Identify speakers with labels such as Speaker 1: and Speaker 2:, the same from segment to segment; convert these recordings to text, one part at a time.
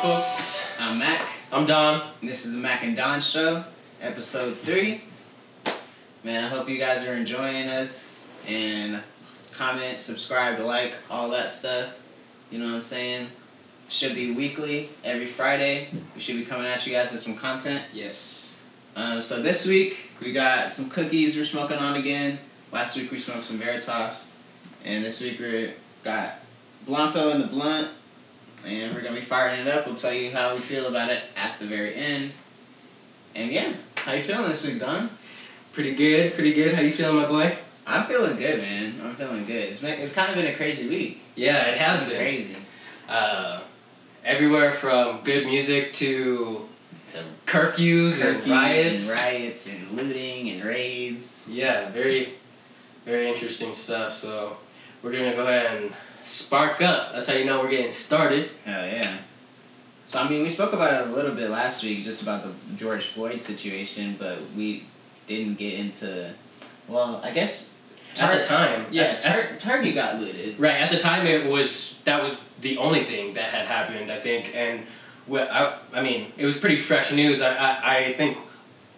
Speaker 1: folks.
Speaker 2: I'm Mac,
Speaker 1: I'm Don.
Speaker 2: and this is the Mac and Don Show, episode three. Man, I hope you guys are enjoying us and comment, subscribe, like, all that stuff. You know what I'm saying? Should be weekly, every Friday. We should be coming at you guys with some content.
Speaker 1: Yes.
Speaker 2: Uh, so this week we got some cookies we're smoking on again. Last week we smoked some Veritas, and this week we got Blanco in the blunt, and we're gonna be firing it up. We'll tell you how we feel about it at the very end. And yeah, how you feeling this week, Don?
Speaker 1: Pretty good, pretty good. How you feeling, my boy?
Speaker 2: I'm feeling good, man. I'm feeling good. It's been, it's kind of been a crazy week.
Speaker 1: Yeah, it has
Speaker 2: It's
Speaker 1: been.
Speaker 2: crazy.
Speaker 1: Uh, everywhere from good music to
Speaker 2: To
Speaker 1: curfews,
Speaker 2: curfews
Speaker 1: and riots.
Speaker 2: and riots and looting and raids.
Speaker 1: yeah, very, very interesting stuff. So we're gonna go ahead and spark up. That's how you know we're getting started.
Speaker 2: Oh yeah. So I mean, we spoke about it a little bit last week, just about the George Floyd situation, but we didn't get into. Well, I guess.
Speaker 1: At
Speaker 2: Tur-
Speaker 1: the time,
Speaker 2: Yeah,
Speaker 1: at- at-
Speaker 2: Tur- Turkey got looted.
Speaker 1: Right at the time, it was that was the only thing that had happened, I think, and well, I, I mean, it was pretty fresh news. I, I, I think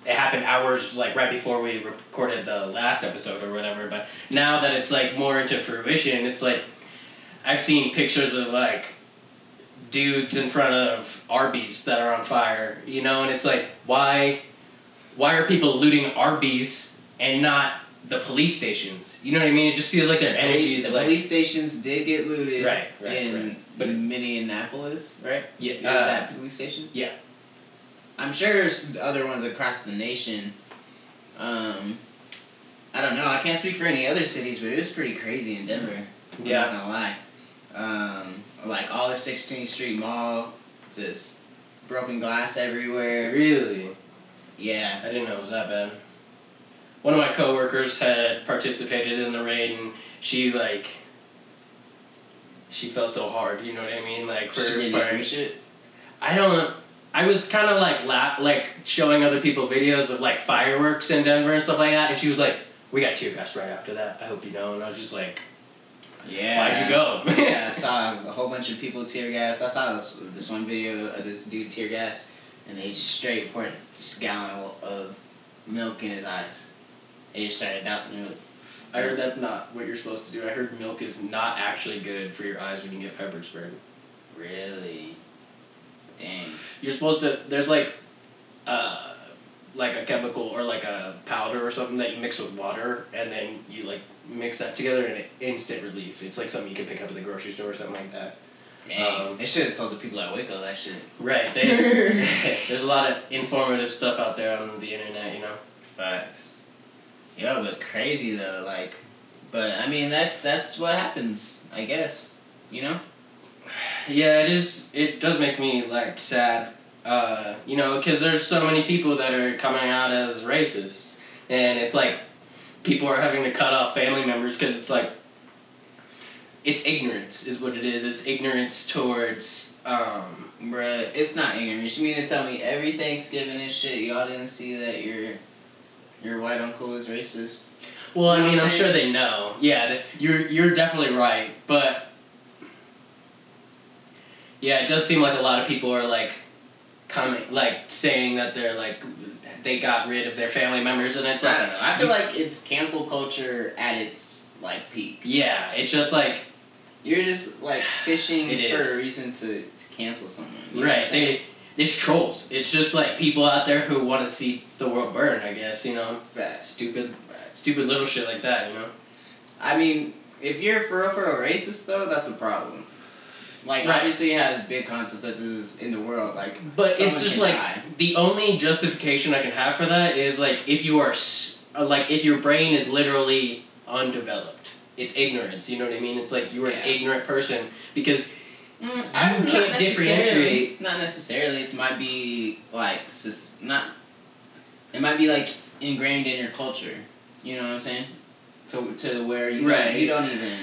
Speaker 1: it happened hours like right before we recorded the last episode or whatever. But now that it's like more into fruition, it's like I've seen pictures of like dudes in front of Arby's that are on fire, you know, and it's like why, why are people looting Arby's and not the police stations? You know what I mean? It just feels like their energy is
Speaker 2: the
Speaker 1: like.
Speaker 2: police stations did get looted.
Speaker 1: Right, right,
Speaker 2: in
Speaker 1: right. Uh, But it-
Speaker 2: Minneapolis, right?
Speaker 1: Yeah,
Speaker 2: Is
Speaker 1: uh,
Speaker 2: that police station?
Speaker 1: yeah.
Speaker 2: I'm sure there's other ones across the nation. Um, I don't know. I can't speak for any other cities, but it was pretty crazy in Denver. I'm
Speaker 1: Yeah.
Speaker 2: not gonna lie. Um, like all the 16th Street Mall, just broken glass everywhere.
Speaker 1: Really?
Speaker 2: Yeah.
Speaker 1: I didn't know it was that bad. One of my coworkers had participated in the raid, and she like. She felt so hard. You know what I mean? Like for,
Speaker 2: She did
Speaker 1: for-
Speaker 2: you free shit?
Speaker 1: I don't. I was kind of like la- like showing other people videos of like fireworks in Denver and stuff like that, and she was like, "We got tear gassed right after that. I hope you know." And I was just like,
Speaker 2: Yeah.
Speaker 1: "Why'd you go?"
Speaker 2: yeah, I saw a whole bunch of people tear gas. I saw this, this one video of this dude tear gas, and they straight poured just a gallon of milk in his eyes. They just started dousing the milk.
Speaker 1: I heard that's not what you're supposed to do. I heard milk is not actually good for your eyes when you get pepper sprayed.
Speaker 2: Really? Dang.
Speaker 1: You're supposed to. There's like, uh, like a chemical or like a powder or something that you mix with water, and then you like mix that together, and it instant relief. It's like something you can pick up at the grocery store or something like that.
Speaker 2: Dang.
Speaker 1: Um,
Speaker 2: they should have told the people at Waco that shit.
Speaker 1: Right. They, there's a lot of informative stuff out there on the internet. You know.
Speaker 2: Facts. Yo, but crazy though, like, but I mean that that's what happens, I guess. You know.
Speaker 1: Yeah, it is. It does make me like sad. Uh, you know, because there's so many people that are coming out as racists, and it's like people are having to cut off family members because it's like it's ignorance is what it is. It's ignorance towards um,
Speaker 2: Bruh, it's not ignorant. You mean to tell me every Thanksgiving and shit, y'all didn't see that your your white uncle was racist?
Speaker 1: Well, I
Speaker 2: You know
Speaker 1: mean,
Speaker 2: what
Speaker 1: I'm
Speaker 2: I'm
Speaker 1: sure they
Speaker 2: saying?
Speaker 1: know. Yeah, th- you're you're definitely right, but yeah, it does seem like a lot of people are like coming, like saying that they're like they got rid of their family members, and it's
Speaker 2: I
Speaker 1: like
Speaker 2: don't know. I feel like it's cancel culture at its like peak.
Speaker 1: yeah, it's just like
Speaker 2: You're just like fishing
Speaker 1: It
Speaker 2: for
Speaker 1: is.
Speaker 2: a reason to, to cancel someone. You know what I'm
Speaker 1: right.
Speaker 2: saying?
Speaker 1: They, it's trolls. It's just like people out there who want to see the world burn. I guess you know,
Speaker 2: Facts.
Speaker 1: stupid, stupid little shit like that. You know.
Speaker 2: I mean, if you're for real, for real racist though, that's a problem. Like
Speaker 1: Right.
Speaker 2: obviously it has big consequences in the world. Like,
Speaker 1: But it's
Speaker 2: someone
Speaker 1: just
Speaker 2: can
Speaker 1: like
Speaker 2: die.
Speaker 1: the only justification I can have for that is like if you are s- uh, like if your brain is literally undeveloped. It's ignorance, you know what I mean? It's like you're
Speaker 2: Yeah.
Speaker 1: an ignorant person because
Speaker 2: Mm, I
Speaker 1: You
Speaker 2: don't know,
Speaker 1: can't
Speaker 2: not necessarily-
Speaker 1: differentiate.
Speaker 2: Not necessarily. It might be like sus- not. It might be like ingrained in your culture. You know what I'm saying? To to where you
Speaker 1: Right.
Speaker 2: don't, you don't even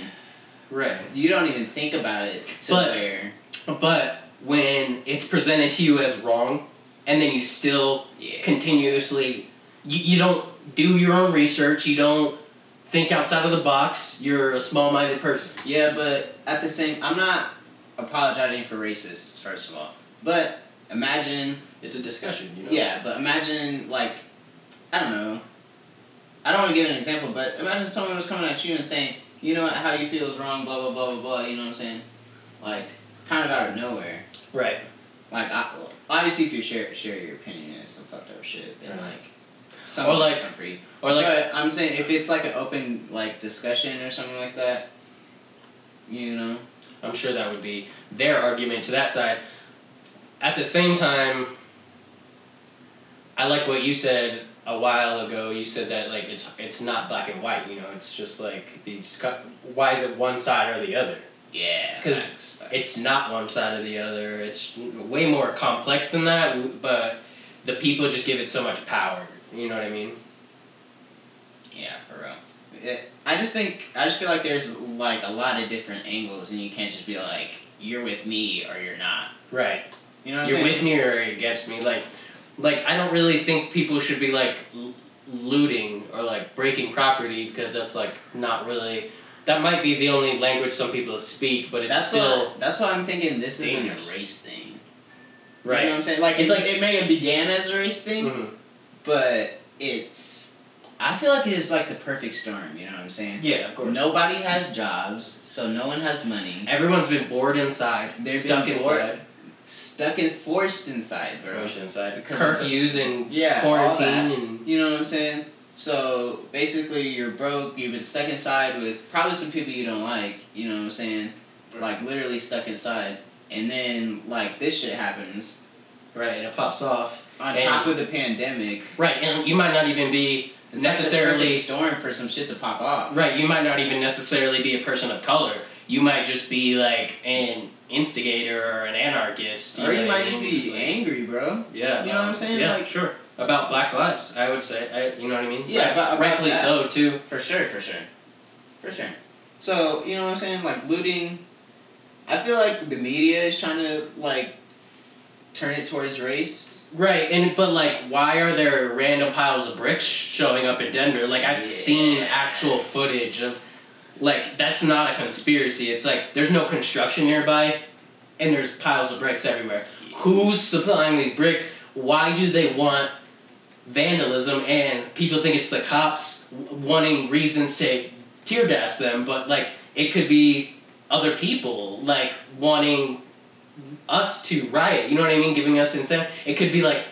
Speaker 1: right.
Speaker 2: you don't even think about it to
Speaker 1: But-
Speaker 2: where
Speaker 1: But when it's presented to you as wrong and then you still
Speaker 2: yeah
Speaker 1: continuously you, you don't do your own research, you don't think outside of the box, you're a small-minded person.
Speaker 2: yeah. But at the same, I'm not apologizing for racists. First of all, But imagine,
Speaker 1: It's a discussion, you know.
Speaker 2: yeah, but imagine like, I don't know. I don't want to give an example, but imagine someone was coming at you and saying, you know what, how you feel is wrong, blah blah blah blah blah. You know what I'm saying? Like, kind of out of nowhere.
Speaker 1: Right.
Speaker 2: Like, I, obviously, if you share share your opinion, it's some fucked up shit. Then
Speaker 1: Right.
Speaker 2: like, someone's
Speaker 1: like-
Speaker 2: not free.
Speaker 1: Or like
Speaker 2: but I'm saying if it's like an open like discussion or something like that, you know.
Speaker 1: I'm sure that would be their argument to that side. At the same time, I like what you said a while ago. You said that like it's it's not black and white. You know, it's just like these. co- Why is it one side or the other?
Speaker 2: Yeah.
Speaker 1: 'Cause
Speaker 2: facts, facts.
Speaker 1: It's not one side or the other. It's way more complex than that. But the people just give it so much power. You know what I mean?
Speaker 2: yeah, for real. It, I just think I just feel like there's like a lot of different angles, and you can't just be like you're with me or you're not.
Speaker 1: Right.
Speaker 2: You know what
Speaker 1: You're
Speaker 2: I'm saying?
Speaker 1: with me or against me. Like, like I don't really think people should be like l- looting or like breaking property because that's like not really. That might be the only language some people speak, but it's
Speaker 2: that's
Speaker 1: still
Speaker 2: why, that's why I'm thinking this isn't
Speaker 1: dangerous.
Speaker 2: a race thing. You know what
Speaker 1: right.
Speaker 2: I'm saying? Like
Speaker 1: It's
Speaker 2: it,
Speaker 1: like-
Speaker 2: it may have began as a race thing,
Speaker 1: Mhm.
Speaker 2: but it's I feel like it is like the perfect storm. You know what I'm saying?
Speaker 1: Yeah, of course.
Speaker 2: Nobody has jobs, so no one has money.
Speaker 1: Everyone's been bored inside.
Speaker 2: They've
Speaker 1: stuck
Speaker 2: been bored,
Speaker 1: inside.
Speaker 2: Stuck and forced inside, bro.
Speaker 1: Forced inside.
Speaker 2: Because of the-
Speaker 1: Curfews and
Speaker 2: Yeah, all
Speaker 1: quarantine
Speaker 2: that.
Speaker 1: and
Speaker 2: You know what I'm saying? So basically, you're broke. You've been stuck inside with probably some people you don't like. You know what I'm saying? Like literally stuck inside, and then like this shit happens
Speaker 1: right, and it pops off.
Speaker 2: on
Speaker 1: And-
Speaker 2: top of the pandemic.
Speaker 1: Right, and you might not even be
Speaker 2: It's
Speaker 1: Necessarily-
Speaker 2: like the perfect storm for some shit to pop off.
Speaker 1: Right, you might not even necessarily be a person of color. You might just be like an instigator or an anarchist.
Speaker 2: Or
Speaker 1: know
Speaker 2: you
Speaker 1: what I
Speaker 2: might just
Speaker 1: mean?
Speaker 2: be angry, bro.
Speaker 1: yeah,
Speaker 2: you know what I'm saying?
Speaker 1: Yeah,
Speaker 2: Like-
Speaker 1: sure. About black lives, I would say. I, you know what I mean?
Speaker 2: Yeah,
Speaker 1: Right-
Speaker 2: about- about
Speaker 1: rightfully
Speaker 2: that.
Speaker 1: so too.
Speaker 2: For sure, for sure. For sure. So, you know what I'm saying? Like, looting. I feel like the media is trying to, like, turn it towards race.
Speaker 1: Right, and but like, why are there random piles of bricks showing up in Denver? Like, I've
Speaker 2: Yeah.
Speaker 1: seen actual footage of, like, that's not a conspiracy. It's like there's no construction nearby, and there's piles of bricks everywhere. Who's supplying these bricks? Why do they want vandalism? And people think it's the cops w- wanting reasons to tear gas them, but like it could be other people like wanting us to riot. You know what I mean? Giving us incentive. It could be like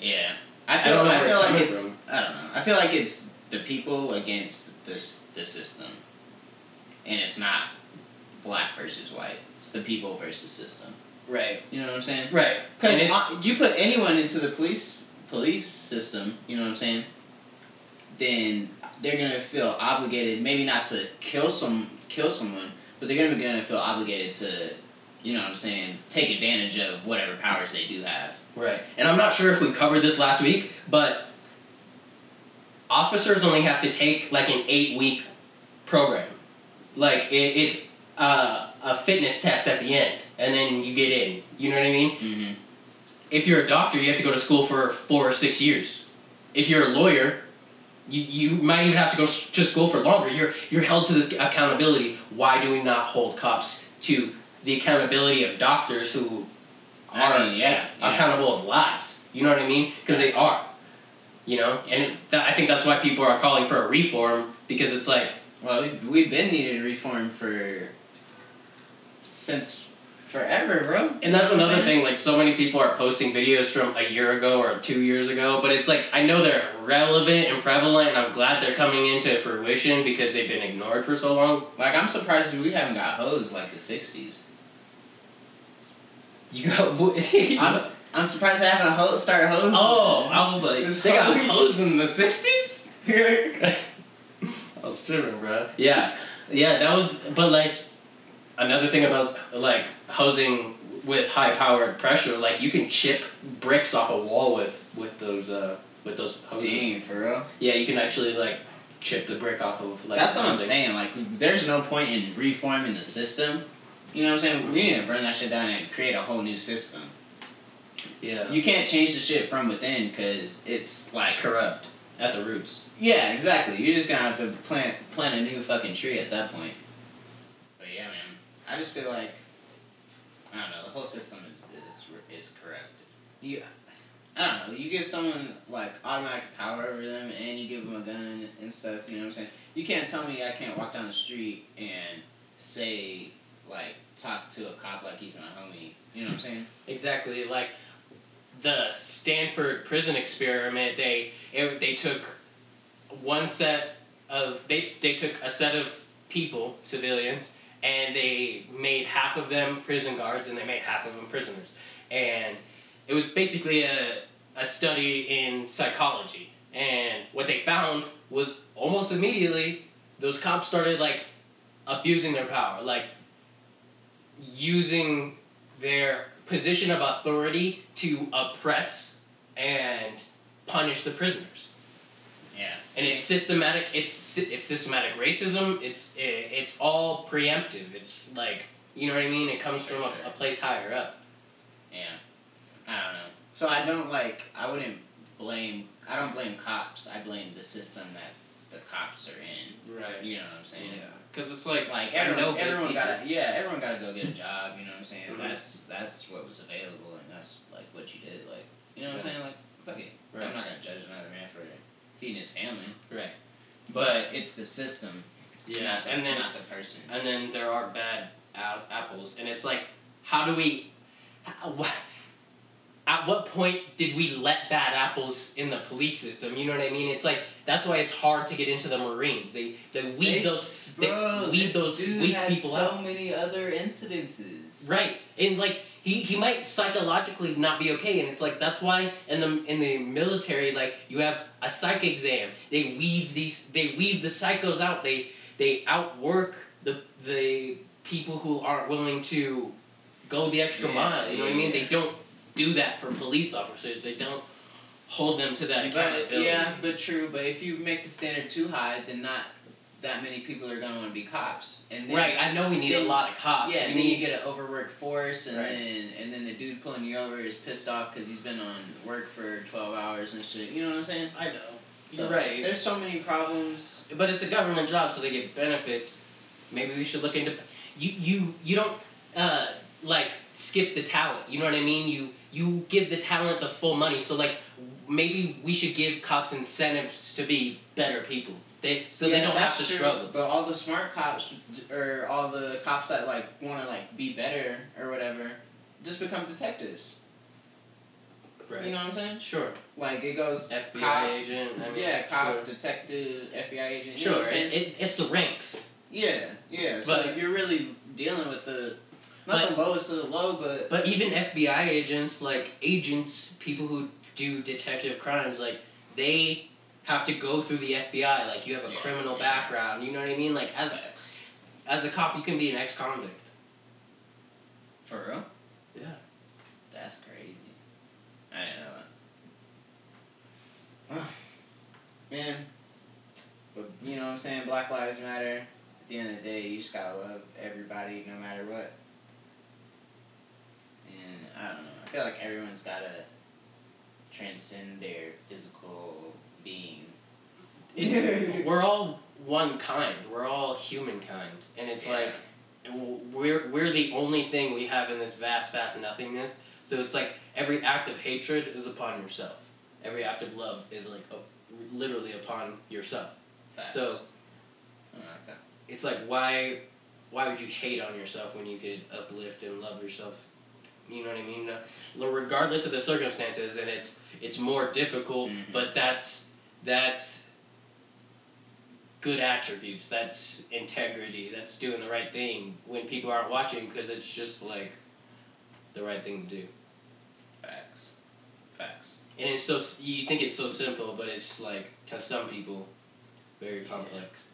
Speaker 2: Yeah. I
Speaker 1: I
Speaker 2: feel,
Speaker 1: don't know
Speaker 2: I
Speaker 1: where
Speaker 2: feel
Speaker 1: it's
Speaker 2: like
Speaker 1: coming
Speaker 2: it's. I don't know. I feel like it's the people against this the system. And it's not black versus white, it's the people versus system.
Speaker 1: right,
Speaker 2: You know what I'm saying?
Speaker 1: right, and
Speaker 2: Because
Speaker 1: it's
Speaker 2: you put anyone into the police police system, you know what I'm saying? Then they're gonna feel obligated, maybe not to kill some kill someone, but they're gonna be gonna feel obligated to, you know what I'm saying, take advantage of whatever powers they do have.
Speaker 1: right. And I'm not sure if we covered this last week, but officers only have to take like an eight week program. Like it, it's uh, a fitness test at the end, and then you get in. You know what I mean?
Speaker 2: Mm-hmm.
Speaker 1: if you're a doctor, you have to go to school for four or six years. If you're a lawyer, you, you might even have to go s- to school for longer. You're you're held to this accountability. Why do we not hold cops to the accountability of doctors who are
Speaker 2: I mean, yeah, yeah.
Speaker 1: accountable of lives? You know what I mean? Because they are. You know, and it, that, I think that's why people are calling for a reform because it's like
Speaker 2: Well, we, we've been needing reform for since forever, bro.
Speaker 1: And that's
Speaker 2: You know what I'm
Speaker 1: another
Speaker 2: saying?
Speaker 1: thing, like so many people are posting videos from a year ago or two years ago, but it's like I know they're relevant and prevalent and I'm glad they're coming into fruition because they've been ignored for so long.
Speaker 2: Like I'm surprised we haven't got hosed like the '60s.
Speaker 1: You got wo-
Speaker 2: I'm, I'm surprised I haven't ho- started hosing.
Speaker 1: Oh, I was
Speaker 2: It's
Speaker 1: like they got
Speaker 2: hard.
Speaker 1: hosed in the sixties? I was tripping, bro. Yeah. Yeah, that was but like another thing about like hosing with high powered pressure, like you can chip bricks off a wall with with those uh with those hoses.
Speaker 2: Dang, for real.
Speaker 1: Yeah, you can actually like chip the brick off of like.
Speaker 2: That's what I'm
Speaker 1: something.
Speaker 2: saying. Like, there's no point in reforming the system. You know what I'm saying? We need to burn that shit down and create a whole new system.
Speaker 1: Yeah.
Speaker 2: You can't change the shit from within because it's like
Speaker 1: corrupt at the roots.
Speaker 2: yeah, exactly. You're just gonna have to plant plant a new fucking tree at that point. But yeah, man, I just feel like I don't know. The whole system is is is corrupt. You, I don't know. You give someone like automatic power over them, and you give them a gun and stuff. You know what I'm saying? You can't tell me I can't walk down the street and say like talk to a cop like he's my homie. You know what I'm saying?
Speaker 1: Exactly. Like the Stanford prison experiment, they it, they took one set of they they took a set of people, civilians, and they made half of them prison guards and they made half of them prisoners. And it was basically a a study in psychology. And what they found was almost immediately those cops started like abusing their power, like using their position of authority to oppress and punish the prisoners.
Speaker 2: Yeah.
Speaker 1: And it's systematic. It's sy- it's systematic racism. It's i it's all preemptive. It's like you know what I mean. It comes from a, a place higher up.
Speaker 2: Yeah. I don't know. So I don't like. I wouldn't blame. I don't blame cops. I blame the system that the cops are in. You know what I'm saying?
Speaker 1: Because it's like
Speaker 2: Like
Speaker 1: I
Speaker 2: everyone,
Speaker 1: know
Speaker 2: everyone
Speaker 1: people-
Speaker 2: got to yeah, everyone got to go get a job. You know what I'm saying?
Speaker 1: Mhm.
Speaker 2: That's that's what was available, and that's like what you did. Like you know what I'm saying? Like fuck it.
Speaker 1: Right.
Speaker 2: I'm not gonna judge another man for feeding his family,
Speaker 1: right.
Speaker 2: but it's the system,
Speaker 1: Yeah,
Speaker 2: not the,
Speaker 1: and then
Speaker 2: not the person.
Speaker 1: and then there are bad a- apples and it's like how do we wha- at what point did we let bad apples in the police system you know what i mean it's like that's why it's hard to get into the marines they they weed those they weed those weak people out
Speaker 2: many other incidences.
Speaker 1: right and like he, he might psychologically not be okay and it's like that's why in the in the military like you have a psych exam they weave these they weave the psychos out they they outwork the the people who aren't willing to go the extra
Speaker 2: Yeah,
Speaker 1: mile. You know what I mean?
Speaker 2: yeah.
Speaker 1: They don't do that for police officers. They don't hold them to that
Speaker 2: But,
Speaker 1: accountability.
Speaker 2: yeah, but true. But if you make the standard too high, then not that many people are gonna want to be cops. And then,
Speaker 1: Right. I know we need
Speaker 2: Then-
Speaker 1: a lot of cops. We
Speaker 2: Yeah, and then you
Speaker 1: need
Speaker 2: get an overworked force, and
Speaker 1: Right.
Speaker 2: then and then the dude pulling you over is pissed off because he's been on work for twelve hours and shit. You know what I'm saying?
Speaker 1: I know.
Speaker 2: So
Speaker 1: right.
Speaker 2: There's so many problems.
Speaker 1: but it's a government job, so they get benefits. Maybe we should look into you. You you don't uh, like skip the talent. You know what I mean? You you give the talent the full money. So like maybe we should give cops incentives to be better people. They so
Speaker 2: Yeah,
Speaker 1: they don't have
Speaker 2: that's
Speaker 1: to
Speaker 2: true,
Speaker 1: struggle.
Speaker 2: But all the smart cops or all the cops that like want to like be better or whatever, just become detectives. You know what I'm saying?
Speaker 1: Sure.
Speaker 2: Like it goes
Speaker 1: FBI
Speaker 2: cop,
Speaker 1: agent. I mean,
Speaker 2: yeah, cop,
Speaker 1: Sure.
Speaker 2: detective, FBI agent. You know
Speaker 1: Sure,
Speaker 2: what I'm saying?
Speaker 1: it, it, it's the ranks.
Speaker 2: yeah, yeah. so
Speaker 1: But-
Speaker 2: you're really dealing with the not
Speaker 1: But-
Speaker 2: the lowest of the low, but
Speaker 1: But even FBI agents, like agents, people who do detective crimes, like they have to go through the FBI. Like you have a
Speaker 2: Yeah,
Speaker 1: criminal
Speaker 2: yeah.
Speaker 1: background. You know what I mean? Like as as a cop, you can be an ex convict.
Speaker 2: for real.
Speaker 1: Yeah.
Speaker 2: That's crazy. I didn't know that. Man. But you know what I'm saying? Black Lives Matter. At the end of the day, you just gotta love everybody no matter what. And I don't know. I feel like everyone's gotta transcend their physical being.
Speaker 1: It's we're all one kind. We're all humankind, and it's
Speaker 2: Yeah.
Speaker 1: like we're we're the only thing we have in this vast vast nothingness. So it's like every act of hatred is upon yourself. Every act of love is like a, literally upon yourself.
Speaker 2: Facts.
Speaker 1: So Oh,
Speaker 2: I don't like that.
Speaker 1: it's like why why would you hate on yourself when you could uplift and love yourself? You know what I mean? No- Regardless of the circumstances, and it's it's more difficult,
Speaker 2: Mhm.
Speaker 1: but that's that's good attributes. That's integrity. That's doing the right thing when people aren't watching because it's just like the right thing to do.
Speaker 2: Facts. Facts.
Speaker 1: And it's so s- you think it's so simple, but it's like to some people very complex.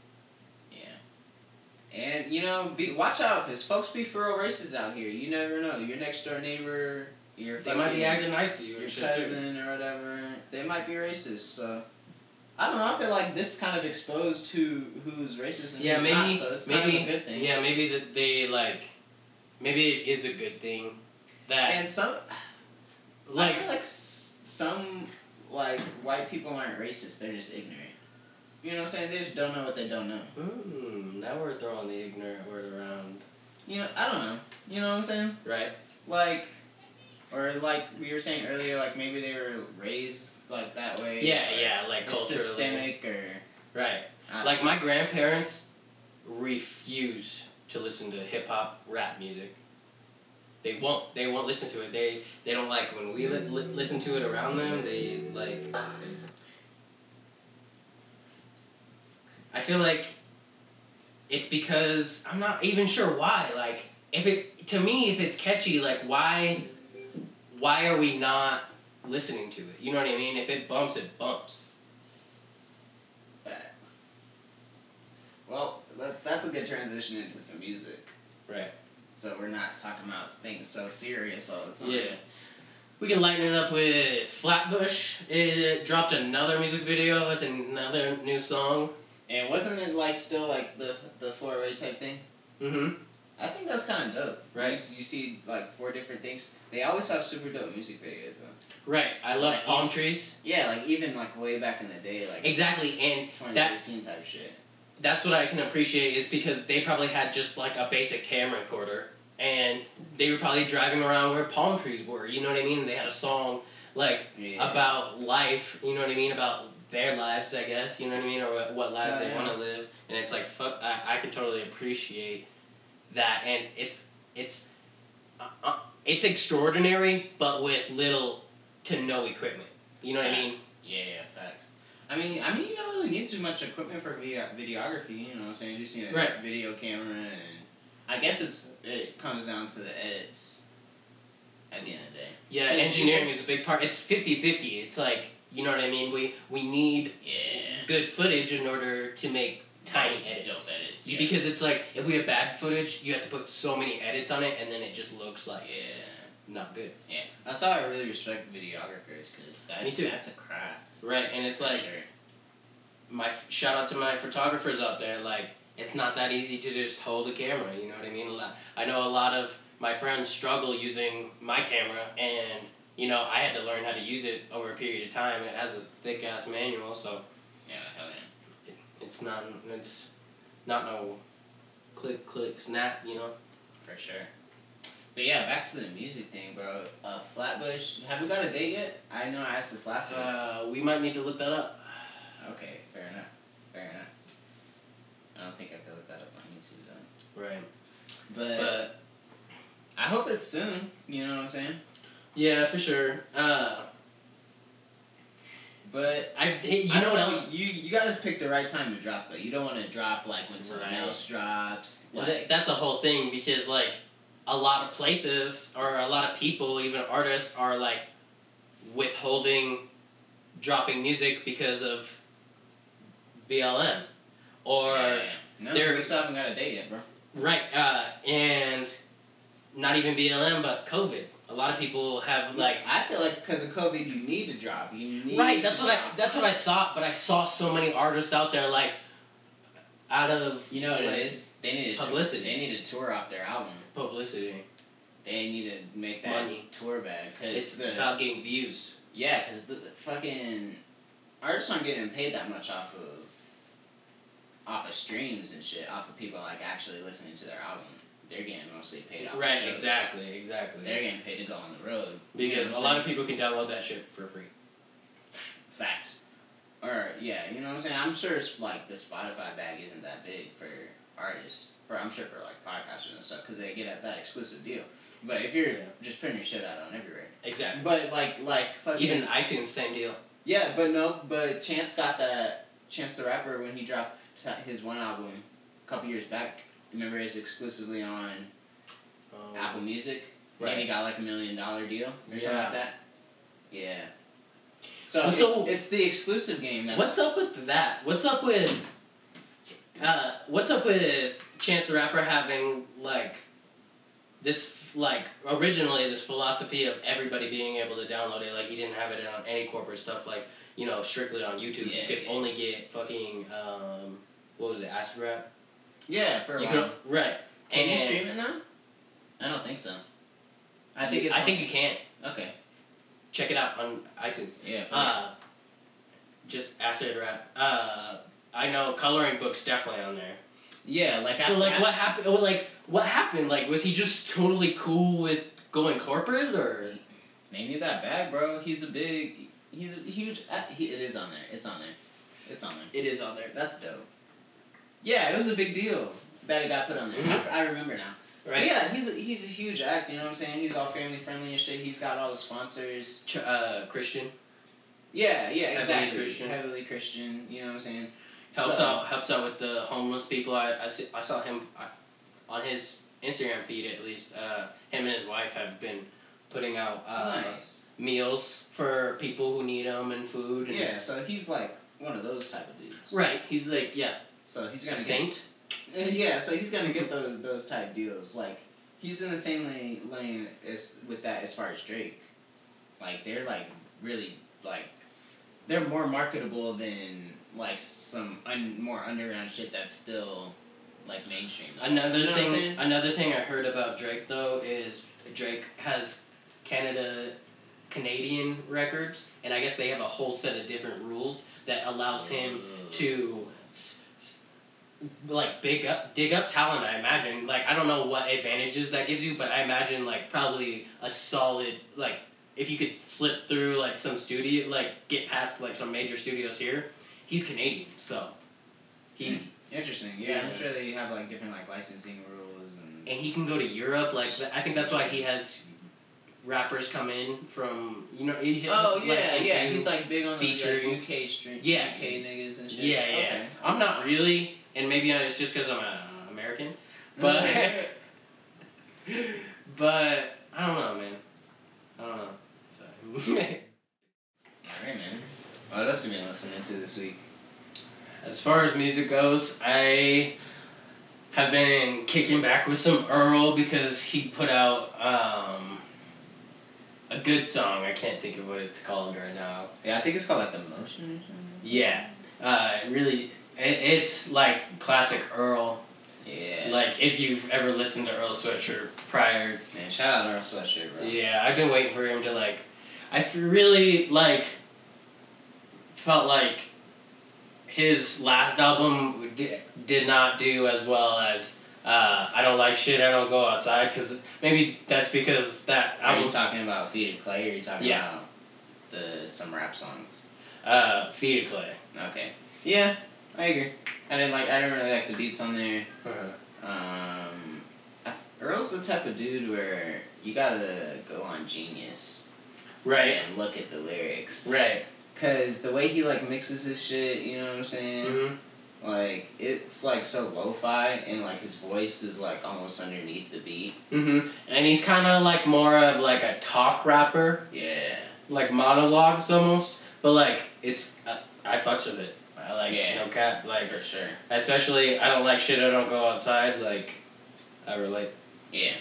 Speaker 2: Yeah. And you know, be watch out, cause folks be for real racist out here. You never know. Your next door neighbor, your
Speaker 1: They might be
Speaker 2: fucking-
Speaker 1: acting nice to you
Speaker 2: your
Speaker 1: and shit too.
Speaker 2: cousin or whatever. They might be racist. So I don't know. I feel like this kind of exposed who who's racist and
Speaker 1: Yeah,
Speaker 2: who's
Speaker 1: maybe-
Speaker 2: not. So it's kind
Speaker 1: maybe-
Speaker 2: of a good thing.
Speaker 1: Yeah, maybe that they like, maybe it is a good thing that
Speaker 2: And some
Speaker 1: like
Speaker 2: I feel like s- some like white people aren't racist. They're just ignorant. You know what I'm saying? They just don't know what they don't know.
Speaker 1: mm, now we're throwing the ignorant word around,
Speaker 2: You know, I don't know. You know what I'm saying?
Speaker 1: right?
Speaker 2: like, or like we were saying earlier, like maybe they were raised like that way.
Speaker 1: Yeah,
Speaker 2: or
Speaker 1: yeah, like
Speaker 2: it's
Speaker 1: culturally.
Speaker 2: systemic or
Speaker 1: Right.
Speaker 2: I-
Speaker 1: Like my grandparents refuse to listen to hip hop rap music. They won't. They won't listen to it. They they don't like when we li- li- listen to it around them. They like. I feel like it's because I'm not even sure why. Like if it to me if it's catchy like why why are we not listening to it? You know what I mean? If it bumps, it bumps.
Speaker 2: facts. Well, that, that's a good transition into some music.
Speaker 1: Right.
Speaker 2: So we're not talking about things so serious all the time.
Speaker 1: Yeah. We can lighten it up with Flatbush. It dropped another music video with another new song.
Speaker 2: And wasn't it like still like the the four way type thing?
Speaker 1: Mm-hmm.
Speaker 2: I think that's kind of dope.
Speaker 1: Right.
Speaker 2: You, you see like four different things. They always have super dope music videos. Though.
Speaker 1: Right. I love
Speaker 2: Like,
Speaker 1: palm trees.
Speaker 2: Yeah, like even like way back in the day, like
Speaker 1: Exactly, and
Speaker 2: 2013 type shit.
Speaker 1: that's what I can appreciate is because they probably had just like a basic camera recorder, and they were probably driving around where palm trees were. You know what I mean? They had a song like
Speaker 2: Yeah.
Speaker 1: about life. You know what I mean? About their lives, I guess. You know what I mean, or what, what lives
Speaker 2: Yeah,
Speaker 1: they
Speaker 2: yeah.
Speaker 1: want to live. And it's like, fuck, I, I can totally appreciate that. And it's it's uh, uh, it's extraordinary, but with little to no equipment. You know what I mean?
Speaker 2: Facts. Yeah, yeah, facts. I mean, I mean, you don't really need too much equipment for video- videography. You know what I'm saying? You just need a
Speaker 1: Right.
Speaker 2: video camera, and I guess it's it comes down to the edits. At the end of the day.
Speaker 1: Yeah,
Speaker 2: Yes,
Speaker 1: engineering
Speaker 2: yes.
Speaker 1: is a big part. It's 50-50. It's like, you know what I mean? We we need
Speaker 2: Yeah.
Speaker 1: good footage in order to make tiny edits.
Speaker 2: Dope edits.
Speaker 1: You-
Speaker 2: Yeah.
Speaker 1: Because it's like if we have bad footage, you have to put so many edits on it and then it just looks like
Speaker 2: yeah.
Speaker 1: not good.
Speaker 2: Yeah, that's how I really respect videographers because that,
Speaker 1: Me too.
Speaker 2: that's a craft.
Speaker 1: Right, and it's like
Speaker 2: Sure.
Speaker 1: my f- shout out to my photographers out there like it's not that easy to just hold a camera, you know what I mean? A lot, I know a lot of my friends struggle using my camera and you know, I had to learn how to use it over a period of time. It has a thick ass manual, so
Speaker 2: yeah, hell yeah.
Speaker 1: It's not. It's not no click, click, snap. You know.
Speaker 2: for sure. But yeah, back to the music thing, bro. Uh, Flatbush, have we got a date yet? I know I asked this last one.
Speaker 1: Uh, we might need to look that up.
Speaker 2: Okay, fair enough. Fair enough. I don't think I could look that up on YouTube though.
Speaker 1: Right.
Speaker 2: But,
Speaker 1: But
Speaker 2: I hope it's soon. You know what I'm saying?
Speaker 1: yeah, for sure. Uh,
Speaker 2: But
Speaker 1: I hey, you
Speaker 2: I
Speaker 1: know
Speaker 2: don't
Speaker 1: what else?
Speaker 2: You you gotta pick the right time to drop though. You don't want to drop like when someone
Speaker 1: Right.
Speaker 2: else drops.
Speaker 1: Well,
Speaker 2: Like
Speaker 1: that- that's a whole thing because like a lot of places or a lot of people, even artists, are like withholding dropping music because of BLM or.
Speaker 2: Yeah, yeah, yeah. no,
Speaker 1: there-
Speaker 2: we still haven't got a date yet, bro.
Speaker 1: Right, uh, and not even BLM, but COVID. A lot of people have like.
Speaker 2: Like I feel like because of COVID, you need to drop. You need
Speaker 1: Right,
Speaker 2: to
Speaker 1: that's what I
Speaker 2: drop.
Speaker 1: that's what I thought, but I saw so many artists out there like, out of
Speaker 2: You know what
Speaker 1: like,
Speaker 2: it is? They need to
Speaker 1: Publicity.
Speaker 2: They need to tour off their album.
Speaker 1: publicity.
Speaker 2: They need to make that
Speaker 1: Money.
Speaker 2: tour bag because
Speaker 1: It's
Speaker 2: the
Speaker 1: about getting views.
Speaker 2: yeah because the, the fucking artists aren't getting paid that much off of off of streams and shit off of people like actually listening to their album. They're getting mostly paid off.
Speaker 1: Right,
Speaker 2: shows.
Speaker 1: exactly, exactly.
Speaker 2: They're getting paid to go on the road
Speaker 1: because
Speaker 2: you know what
Speaker 1: a
Speaker 2: I'm
Speaker 1: lot of people can download that shit for free.
Speaker 2: Facts. Or yeah, you know what I'm saying. I'm sure it's like the Spotify bag isn't that big for artists, or I'm sure for like podcasters and stuff because they get that exclusive deal. But if you're
Speaker 1: Yeah.
Speaker 2: just putting your shit out on everywhere,
Speaker 1: Exactly.
Speaker 2: but like like fucking
Speaker 1: Even iTunes, same deal.
Speaker 2: yeah, but no, but Chance got that Chance the rapper when he dropped t- his one album a couple years back. Remember, it's exclusively on
Speaker 1: Um,
Speaker 2: Apple Music.
Speaker 1: Right.
Speaker 2: And he got like a million dollar deal or something
Speaker 1: Yeah.
Speaker 2: like that. Yeah. So,
Speaker 1: Well, so-
Speaker 2: it- it's the exclusive game. That
Speaker 1: What's up with that? What's up with uh what's up with Chance the Rapper having like this like originally this philosophy of everybody being able to download it like he didn't have it on any corporate stuff like you know strictly on YouTube
Speaker 2: Yeah,
Speaker 1: you could
Speaker 2: yeah.
Speaker 1: only get fucking um what was it acid rap
Speaker 2: Yeah, for a
Speaker 1: you
Speaker 2: while.
Speaker 1: could right
Speaker 2: Can you
Speaker 1: and-
Speaker 2: stream it now? I don't think so. I think it's.
Speaker 1: I
Speaker 2: on-
Speaker 1: think you can
Speaker 2: Okay.
Speaker 1: check it out on iTunes
Speaker 2: Yeah. For
Speaker 1: uh just acid rap uh I know coloring books definitely on there
Speaker 2: yeah, like.
Speaker 1: So
Speaker 2: I,
Speaker 1: like
Speaker 2: I-
Speaker 1: what happened? Like what happened? Like was he just totally cool with going corporate or
Speaker 2: Name you that bag, bro. He's a big. He's a huge. Uh, he, it is on there. It's on there. It's on there.
Speaker 3: It is on there.
Speaker 2: That's dope. Yeah, it was a big deal that it got put on there. I, I remember now. But
Speaker 1: Mm-hmm. right?
Speaker 2: yeah, he's a, he's a huge act. You know what I'm saying? He's all family friendly and shit. He's got all the sponsors.
Speaker 1: Ch- uh, Christian
Speaker 2: Yeah, yeah,
Speaker 1: Heavily
Speaker 2: exactly.
Speaker 1: Christian.
Speaker 2: Heavily Christian. You know what I'm saying?
Speaker 1: helps
Speaker 2: So-
Speaker 1: out helps out with the homeless people. I I, see, I saw him I, on his Instagram feed at least. Uh, him and his wife have been putting out uh,
Speaker 2: nice.
Speaker 1: meals for people who need them and food. And,
Speaker 2: Yeah, so he's like one of those type of dudes.
Speaker 1: Right. He's like yeah,
Speaker 2: So he's
Speaker 1: a
Speaker 2: gonna get
Speaker 1: saint.
Speaker 2: Uh, Yeah, so he's gonna get
Speaker 1: Mm-hmm.
Speaker 2: those those type deals. Like he's in the same lane lane as with that as far as Drake. Like they're like really like they're more marketable than like some un, more underground shit that's still like mainstream.
Speaker 1: Another
Speaker 2: You know what I'm
Speaker 1: thing.
Speaker 2: saying?
Speaker 1: Another thing I heard about Drake though is Drake has Canada. Canadian records, and I guess they have a whole set of different rules that allows him to s- s- like big up dig up talent i imagine like i don't know what advantages that gives you but i imagine like probably a solid like if you could slip through like some studio like get past like some major studios here he's canadian so he
Speaker 2: Interesting. Yeah, I'm
Speaker 1: Yeah.
Speaker 2: sure they have like different like licensing rules and
Speaker 1: and he can go to europe like th- i think that's why he has rappers come in from you know he,
Speaker 2: Oh,
Speaker 1: like, and do-
Speaker 2: like big
Speaker 1: the,
Speaker 2: on
Speaker 1: like, featuring-
Speaker 2: UK street
Speaker 1: Yeah. UK
Speaker 2: niggas and
Speaker 1: Yeah, yeah. I'm not really, and maybe it's just because I'm uh, American, but but I don't know, man. I don't know. Sorry.
Speaker 2: Alright man. What else have you been listening to this week?
Speaker 1: as far as music goes, I have been kicking back with some Earl because he put out um, a good song. I can't think of what it's called right now.
Speaker 2: Yeah, I think it's called like the motion or something.
Speaker 1: Yeah, uh, really, it, it's like classic Earl.
Speaker 2: Yeah.
Speaker 1: Like if you've ever listened to Earl Sweatshirt prior
Speaker 2: man, shout out to our sweatshirt, bro.
Speaker 1: Yeah, I've been waiting for him to like. I f- really like. Felt like his last album did, did not do as well as uh, I don't like shit. I don't go outside because maybe that's because that
Speaker 2: Are you
Speaker 1: album
Speaker 2: talking about Feet of Clay or are you talking
Speaker 1: Yeah.
Speaker 2: about the some rap songs?
Speaker 1: uh, Feet of Clay.
Speaker 2: Okay. Yeah, I agree. I didn't like I didn't really like the beats on there. Um I- Earl's the type of dude where you gotta go on Genius
Speaker 1: Right.
Speaker 2: and look at the lyrics.
Speaker 1: Right.
Speaker 2: Cause the way he like mixes his shit, you know what I'm saying?
Speaker 1: hmm
Speaker 2: Like it's like so lo-fi and like his voice is like almost underneath the beat.
Speaker 1: hmm And he's kind of like more of like a talk rapper,
Speaker 2: Yeah.
Speaker 1: like monologues almost. But like it's I, I fucks with it. I like
Speaker 2: Yeah.
Speaker 1: no cap like.
Speaker 2: For sure.
Speaker 1: Especially, I don't like shit. I don't go outside. Like, I relate.
Speaker 2: Yeah.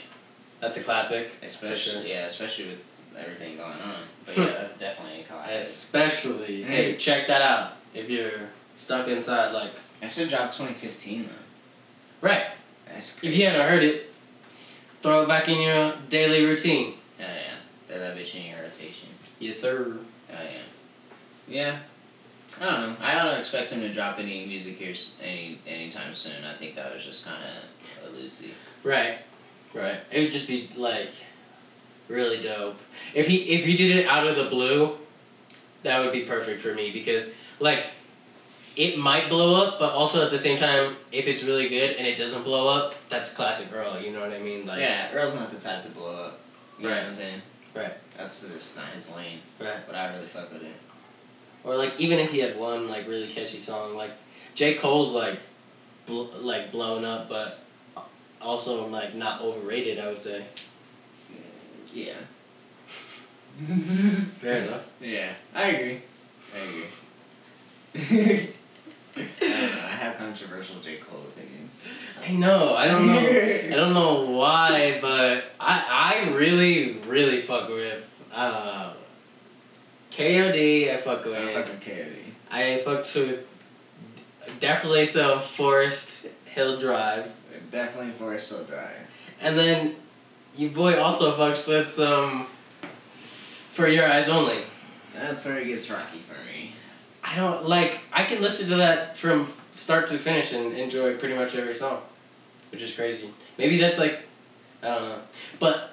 Speaker 1: That's a classic.
Speaker 2: Especially
Speaker 1: For Hmm.
Speaker 2: yeah, especially with everything going on. But yeah, that's definitely a classic.
Speaker 1: Especially, hey, check that out. If you're stuck inside, like,
Speaker 2: I should drop twenty fifteen though.
Speaker 1: right.
Speaker 2: That's
Speaker 1: If
Speaker 2: crazy.
Speaker 1: you haven't heard it, throw it back in your daily routine.
Speaker 2: Oh yeah. Throw that bitch in your rotation.
Speaker 1: Yes, sir.
Speaker 2: Oh yeah. Yeah. I don't know. I don't expect him to drop any music here s- any anytime soon. I think that was just kind of Lucy.
Speaker 1: Right. Right. It would just be like really dope. If he if he did it out of the blue, that would be perfect for me because like it might blow up, but also at the same time, if it's really good and it doesn't blow up, that's classic girl, you know what I mean? Like
Speaker 2: yeah, Earl's not the type to blow up. You know
Speaker 1: Right.
Speaker 2: what I'm saying?
Speaker 1: Right.
Speaker 2: That's just not his lane.
Speaker 1: Right.
Speaker 2: But I really fuck with it.
Speaker 1: or like even if he had one like really catchy song, like J. Cole's like bl- like blown up but also like not overrated, I would say.
Speaker 2: Yeah.
Speaker 1: Fair enough.
Speaker 2: yeah, I agree. I agree. I don't know. I have controversial J. Cole opinions.
Speaker 1: I know, I don't know. I don't know why, but I I really really fuck with uh, KOD. I fuck
Speaker 2: I
Speaker 1: with.
Speaker 2: fucking Kennedy.
Speaker 1: I fucks with definitely some Forest Hill Drive,
Speaker 2: Definitely Forest So Dry.
Speaker 1: and then you boy also fucks with some For Your Eyes Only.
Speaker 2: That's where it gets rocky for me.
Speaker 1: I don't like. I can listen to that from start to finish and enjoy pretty much every song, which is crazy. Maybe that's like, I don't know, but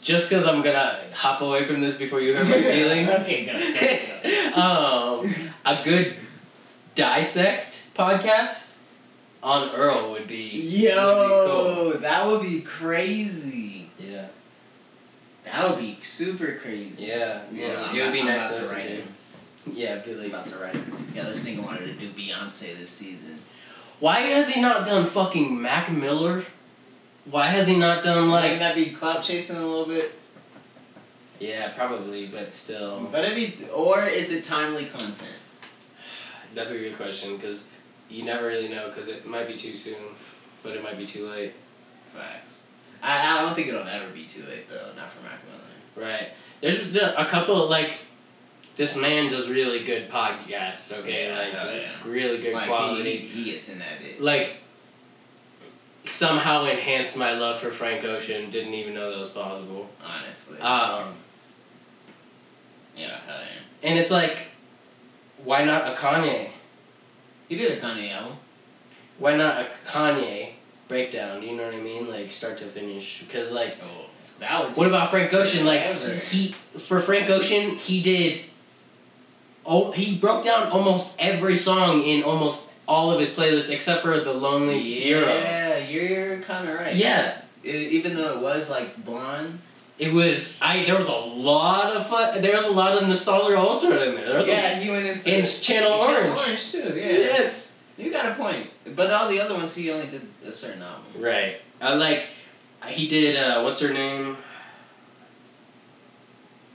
Speaker 1: just because I'm gonna hop away from this before you hurt my feelings.
Speaker 3: okay, go, go, go.
Speaker 1: um, a good dissect podcast on Earl would be.
Speaker 2: Yo, that would be crazy.
Speaker 1: Yeah.
Speaker 2: That would be super crazy.
Speaker 1: Yeah.
Speaker 2: Well,
Speaker 1: Yeah.
Speaker 2: I'm
Speaker 1: It would
Speaker 2: about-
Speaker 1: be
Speaker 2: I'm
Speaker 1: nice
Speaker 2: about
Speaker 1: to listen
Speaker 2: write
Speaker 1: to.
Speaker 2: it.
Speaker 1: Yeah, be
Speaker 2: I'm
Speaker 1: like,
Speaker 2: about to write it. Yeah, this nigga wanted to do Beyonce this season.
Speaker 1: why has he not done fucking Mac Miller? Why has he not done
Speaker 2: Like
Speaker 1: like?
Speaker 2: that be clout chasing a little bit,
Speaker 1: Yeah, probably, but still,
Speaker 2: but it be or is it timely content?
Speaker 1: that's a good question because you never really know because it might be too soon, but it might be too late.
Speaker 2: Facts. I, I don't think it'll ever be too late though. Not for Mac Miller.
Speaker 1: Right. There's the- a couple like this man does really good podcasts, okay?
Speaker 2: Yeah,
Speaker 1: like
Speaker 2: hell yeah.
Speaker 1: really good
Speaker 2: like,
Speaker 1: quality.
Speaker 2: He, he gets in that bitch.
Speaker 1: Like somehow enhanced my love for Frank Ocean. Didn't even know that was possible.
Speaker 2: honestly.
Speaker 1: Um
Speaker 2: yeah, hell yeah.
Speaker 1: and it's like why not a Kanye?
Speaker 2: He did a Kanye album.
Speaker 1: Why not a Kanye breakdown? You know what I mean? Like start to finish cuz like
Speaker 2: Oh, that would.
Speaker 1: What about Frank Ocean? Like
Speaker 2: Forever.
Speaker 1: he for Frank Ocean, he did. Oh, he broke down almost every song in almost all of his playlists except for the Lonely Hero.
Speaker 2: Yeah, you're kind of right.
Speaker 1: Yeah,
Speaker 2: E- even though it was like blonde.
Speaker 1: it was. I there was a lot of fun, there was a lot of nostalgia ultra in there. There was
Speaker 2: yeah, you went
Speaker 1: a,
Speaker 2: into
Speaker 1: and
Speaker 2: Channel
Speaker 1: Channel Orange.
Speaker 2: Orange too. Yeah.
Speaker 1: Yes.
Speaker 2: You got a point, but all the other ones he only did a certain album.
Speaker 1: Right. I like. He did. Uh, what's her name?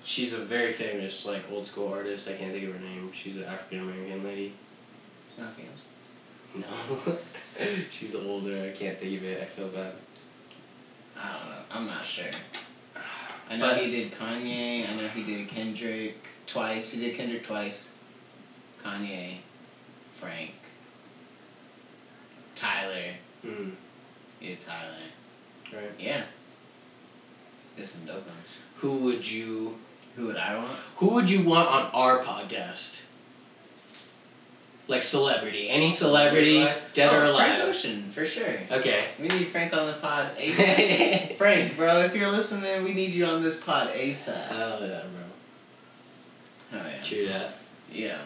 Speaker 1: She's a very famous like old school artist. I can't think of her name. She's an African American lady.
Speaker 2: Nothing else.
Speaker 1: No. She's older. I can't think of it. I feel bad.
Speaker 2: I don't know. I'm not sure. I know
Speaker 1: But-
Speaker 2: he did Kanye. I know he did Kendrick twice. He did Kendrick twice. Kanye, Frank, Tyler.
Speaker 1: Mm.
Speaker 2: He did Tyler.
Speaker 1: Right.
Speaker 2: Yeah. There's some dope ones.
Speaker 1: Who would you
Speaker 2: Who would I want?
Speaker 1: Who would you want on our podcast? Like celebrity, any celebrity, dead or
Speaker 2: Oh, Frank
Speaker 1: alive.
Speaker 2: Ocean, for sure.
Speaker 1: Okay.
Speaker 2: We need Frank on the pod ASAP. Frank, bro, if you're listening, we need you on this pod ASAP. Oh,
Speaker 1: Hell yeah, bro.
Speaker 2: yeah.
Speaker 1: True that.
Speaker 2: Yeah.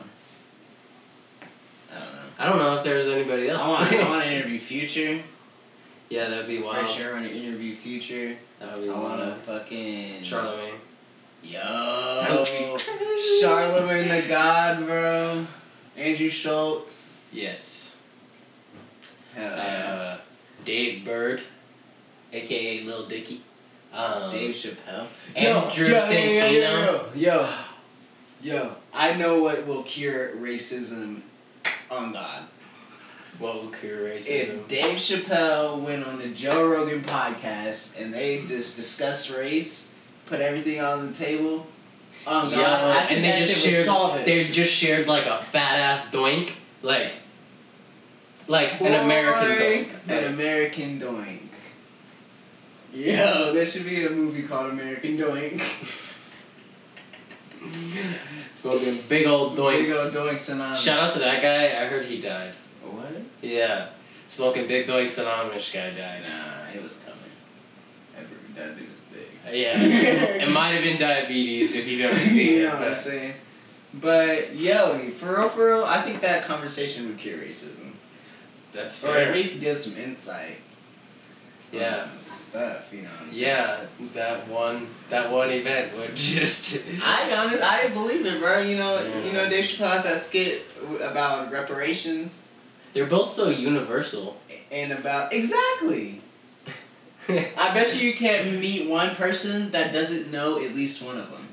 Speaker 2: I don't know.
Speaker 1: I don't know if there's anybody else.
Speaker 2: I want, I want to interview Future.
Speaker 1: yeah, that'd be
Speaker 2: For
Speaker 1: wild.
Speaker 2: sure, I want to interview Future.
Speaker 1: That would
Speaker 2: I
Speaker 1: be
Speaker 2: want to
Speaker 1: wild.
Speaker 2: fucking.
Speaker 1: Charlemagne.
Speaker 2: Yo.
Speaker 1: That
Speaker 2: Charlemagne the God, bro. Andrew Schultz.
Speaker 1: Yes.
Speaker 2: Hell yeah.
Speaker 1: Uh, Dave Bird, aka Lil Dicky. Um,
Speaker 2: Dave Chappelle.
Speaker 1: Andrew Santino.
Speaker 2: Yo, yo, yo, yo. I know what will cure racism on God.
Speaker 1: What would cure racism?
Speaker 2: If Dave Chappelle went on the Joe Rogan podcast and they just discussed race, put everything on the table, on
Speaker 1: Yeah,
Speaker 2: God, I think
Speaker 1: and they
Speaker 2: that
Speaker 1: just
Speaker 2: shit would
Speaker 1: shared.
Speaker 2: solve it.
Speaker 1: They just shared like a fat ass doink, like, like
Speaker 2: Boy,
Speaker 1: an American doink. Like,
Speaker 2: An American doink. Yo, there should be a movie called American Doink.
Speaker 1: smoking big old doinks.
Speaker 2: Big old doinks anonymous.
Speaker 1: Shout out to that guy. I heard he died.
Speaker 2: What?
Speaker 1: Yeah, smoking big doinks an Amish guy died.
Speaker 2: Nah, it was coming. Every, that dude was big.
Speaker 1: Yeah, it might have been diabetes if you've ever seen
Speaker 2: you
Speaker 1: it.
Speaker 2: know what I'm
Speaker 1: but-
Speaker 2: saying? But yo, for real, for real, I think that conversation would cure racism,
Speaker 1: That's
Speaker 2: or at
Speaker 1: fair.
Speaker 2: least give some insight. on
Speaker 1: Yeah.
Speaker 2: some stuff. You know. What I'm saying?
Speaker 1: Yeah, that one, that one event would just.
Speaker 2: I honest, I believe it, bro. You know, you
Speaker 1: Yeah.
Speaker 2: know, Dave Chappelle has that skit about reparations
Speaker 1: They're both so universal.
Speaker 2: and about exactly. I bet you you can't meet one person that doesn't know at least one of them.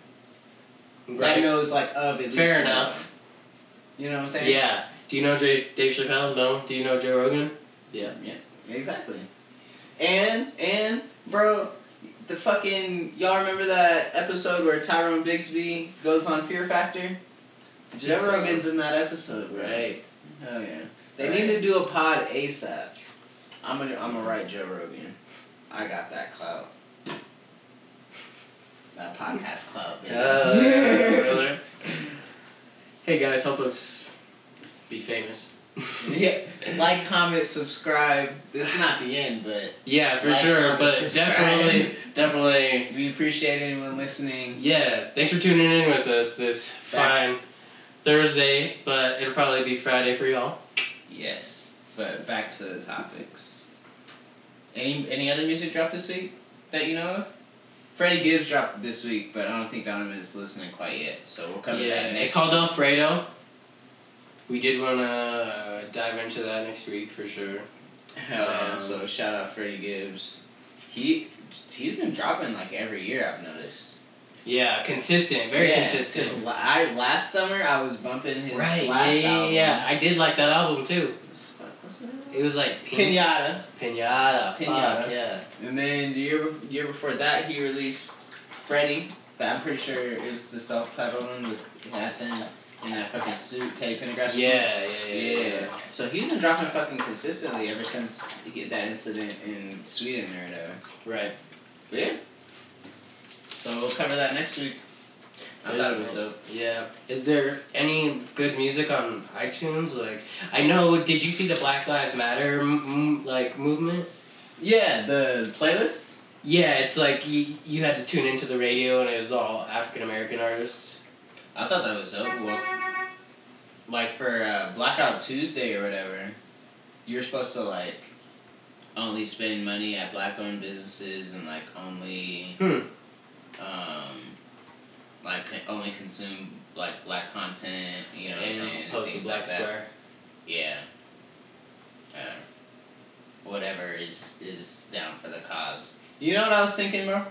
Speaker 2: That
Speaker 1: right.
Speaker 2: knows like of at least.
Speaker 1: Fair
Speaker 2: one of
Speaker 1: enough.
Speaker 2: them. You know what I'm saying?
Speaker 1: Yeah. Do you know J- Dave Chappelle? No. Do you know Joe Rogan? Yeah.
Speaker 2: Exactly. And and bro, the fucking y'all remember that episode where Tyrone Bixby goes on Fear Factor? Joe
Speaker 1: Yes, I
Speaker 2: Rogan's in that episode, right?
Speaker 1: Right.
Speaker 2: Hell yeah. They
Speaker 1: Right.
Speaker 2: need to do a pod ASAP. I'm gonna I'm gonna write Joe Rogan. I got that clout. That podcast clout, baby.
Speaker 1: Uh, brother. hey guys, help us be famous.
Speaker 2: yeah, like, comment, subscribe. This is not the end, but
Speaker 1: Yeah, for
Speaker 2: Like,
Speaker 1: sure.
Speaker 2: comment,
Speaker 1: But
Speaker 2: subscribe.
Speaker 1: definitely, definitely,
Speaker 2: we appreciate anyone listening.
Speaker 1: yeah. Thanks for tuning in with us this
Speaker 2: Back.
Speaker 1: fine Thursday, but it'll probably be Friday for y'all.
Speaker 2: Yes, but back to the topics. Any any other music dropped this week that you know of? Freddie Gibbs dropped this week, but I don't think Donovan is listening quite yet. So we'll cover
Speaker 1: yeah,
Speaker 2: that next.
Speaker 1: it's called Alfredo. We did want to dive into that next week for sure.
Speaker 2: Hell yeah, Um, so shout out Freddie Gibbs. He he's been dropping like every year. I've noticed.
Speaker 1: Yeah, consistent, very
Speaker 2: Yeah,
Speaker 1: consistent.
Speaker 2: 'cause la- I last summer I was bumping his
Speaker 1: Right, yeah,
Speaker 2: last
Speaker 1: yeah,
Speaker 2: album.
Speaker 1: yeah. I did like that album too.
Speaker 2: What's- what- what's the name of it?
Speaker 1: It was like pin-
Speaker 2: Pinata.
Speaker 1: pinata,
Speaker 2: Pinata.
Speaker 1: fuck, yeah.
Speaker 2: And then the year the year before that he released Freddie. That I'm pretty sure is the self titled one with Hassan in that fucking suit, Teddy Pendergrass. suit.
Speaker 1: Yeah, yeah, yeah, yeah.
Speaker 2: Yeah. So he's been dropping fucking consistently ever since he get that incident in Sweden or whatever.
Speaker 1: Right.
Speaker 2: But yeah. So we'll cover that next week. I
Speaker 1: There's
Speaker 2: thought it was
Speaker 1: a-
Speaker 2: dope.
Speaker 1: Yeah. Is there any good music on iTunes? Like, I know. Did you see the Black Lives Matter m- m- like movement?
Speaker 2: Yeah, the playlist.
Speaker 1: Yeah, it's like you, you had to tune into the radio and it was all African American artists.
Speaker 2: I thought that was dope. Well, like for uh, Blackout Tuesday or whatever, you're supposed to like only spend money at black-owned businesses and like only
Speaker 1: Hmm.
Speaker 2: um, like con- only consume like black content. You know what I'm saying?
Speaker 1: and
Speaker 2: and
Speaker 1: post a
Speaker 2: things
Speaker 1: black
Speaker 2: like that.
Speaker 1: square.
Speaker 2: Yeah. Uh, whatever is is down for the cause. You know what I was thinking, bro?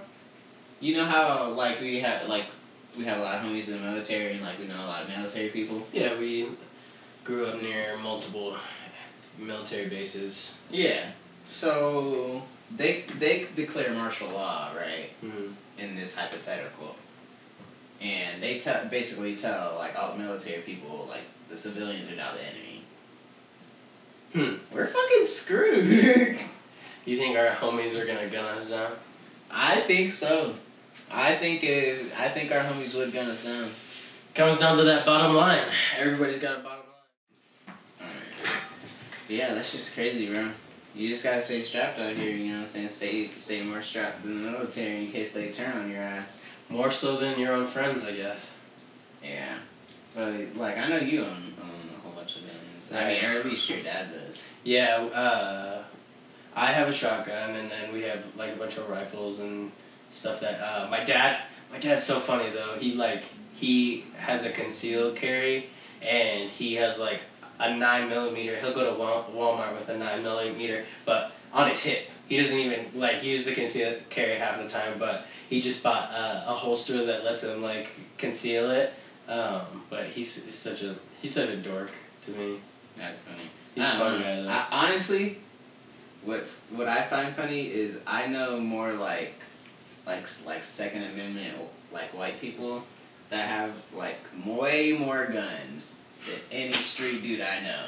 Speaker 2: You know how like we have like we have a lot of homies in the military and like we know a lot of military people.
Speaker 1: Yeah, we grew up near multiple military bases.
Speaker 2: Yeah. So they they declare martial law, right?
Speaker 1: Mhm.
Speaker 2: In this hypothetical, and they tell basically tell like all the military people like the civilians are now the enemy.
Speaker 1: Hmm.
Speaker 2: We're fucking screwed.
Speaker 1: You think our homies are gonna gun us down?
Speaker 2: I think so. I think it, I think our homies would gonna sound.
Speaker 1: Comes down to that bottom line. Everybody's got a bottom line.
Speaker 2: Yeah, that's just crazy, bro. You just gotta stay strapped out here. You know what I'm saying? Stay stay more strapped than the military in case they turn on your ass.
Speaker 1: More so than your own friends, I guess.
Speaker 2: Yeah. But like I know you own, own a whole bunch of guns. I mean, or at least your dad does.
Speaker 1: Yeah, uh, I have a shotgun, and then we have like a bunch of rifles and stuff that uh, my dad. My dad's so funny though. He like he has a concealed carry, and he has like a nine millimeter. He'll go to Wal- Walmart with a nine millimeter, but on his hip. He doesn't even like use the concealed carry half the time, but he just bought uh, a holster that lets him like conceal it. Um, but he's such a he's such a dork to me.
Speaker 2: That's funny.
Speaker 1: He's a
Speaker 2: I don't
Speaker 1: fun
Speaker 2: know.
Speaker 1: guy though.
Speaker 2: Um, I, honestly, what's what I find funny is I know more like, like s- like Second Amendment like white people that have like way more guns than any street dude I know.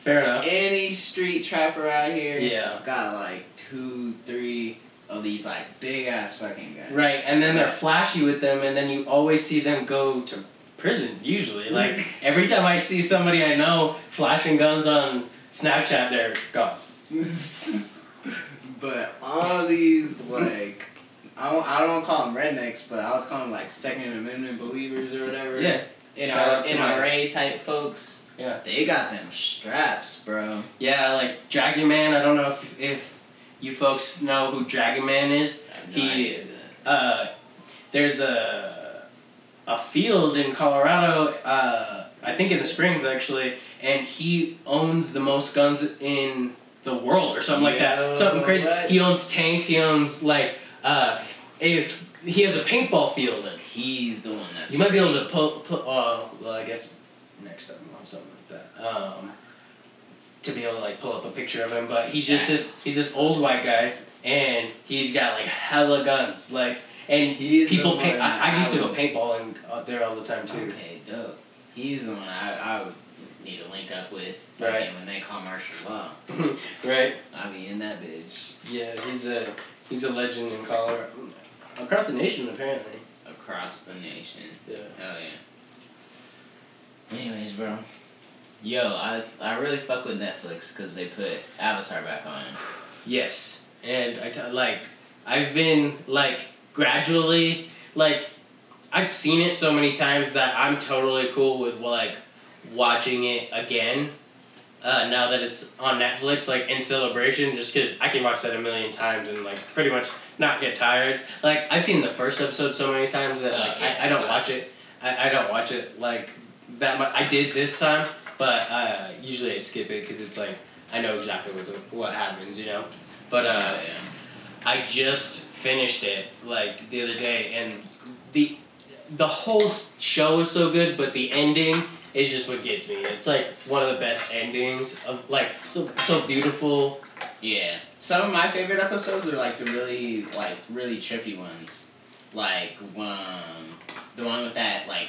Speaker 1: Fair enough.
Speaker 2: Any street trapper out here
Speaker 1: Yeah.
Speaker 2: got like two, three of these like big ass fucking guns.
Speaker 1: Right, and then they're flashy with them, and then you always see them go to prison, usually. Like, every time I see somebody I know flashing guns on Snapchat, they're gone.
Speaker 2: but all these like I don't, I don't call them rednecks, but I was calling them like Second Amendment believers or whatever.
Speaker 1: Yeah. Shout
Speaker 2: NR,
Speaker 1: out to my-
Speaker 2: NRA type folks.
Speaker 1: Yeah.
Speaker 2: They got them straps, bro.
Speaker 1: Yeah, like Dragon Man, I don't know if, if you folks know who Dragon Man is.
Speaker 2: I have no
Speaker 1: He-
Speaker 2: idea that.
Speaker 1: Uh, there's a, a field in Colorado, uh, I think in the Springs actually, and he owns the most guns in the world or something like
Speaker 2: Yo,
Speaker 1: that. Something crazy.
Speaker 2: what?
Speaker 1: He owns tanks, he owns like uh, if he has a paintball field.
Speaker 2: Look, he's the one that's.
Speaker 1: You might be able to pull, pull uh, well, I guess next time on something like that. Um, to be able to like pull up a picture of him, but he's just this he's this old white guy, and he's got like hella guns, like and
Speaker 2: He's the
Speaker 1: people paint.
Speaker 2: one
Speaker 1: I, I used to go
Speaker 2: would-
Speaker 1: paintballing out there all the time too.
Speaker 2: Okay, dope. He's the one I, I would need to link up with.
Speaker 1: Right.
Speaker 2: And when they call martial law,
Speaker 1: Right?
Speaker 2: I'll be in that bitch
Speaker 1: Yeah, he's a he's a legend in Colorado, across the nation apparently.
Speaker 2: across the nation.
Speaker 1: Yeah.
Speaker 2: Hell yeah. Anyways, bro. Yo, I, I really fuck with Netflix because they put Avatar back on.
Speaker 1: Yes, and I t- like I've been like gradually like I've seen it so many times that I'm totally cool with like watching it again. Uh, now that it's on Netflix, like in celebration, just because I can watch that a million times and like pretty much not get tired. Like I've seen the first episode so many times that
Speaker 2: Oh,
Speaker 1: like
Speaker 2: yeah,
Speaker 1: I, I don't
Speaker 2: classic.
Speaker 1: watch it. I, I don't watch it like that much. I did this time, but uh, usually I skip it because it's like I know exactly what the, what happens, you know. But uh, I just finished it like the other day, and the the whole s- show is so good, but the ending is just what gets me. It's like one of the best endings of like so so beautiful.
Speaker 2: Yeah. Some of my favorite episodes are like the really like really trippy ones. Like um the one with that like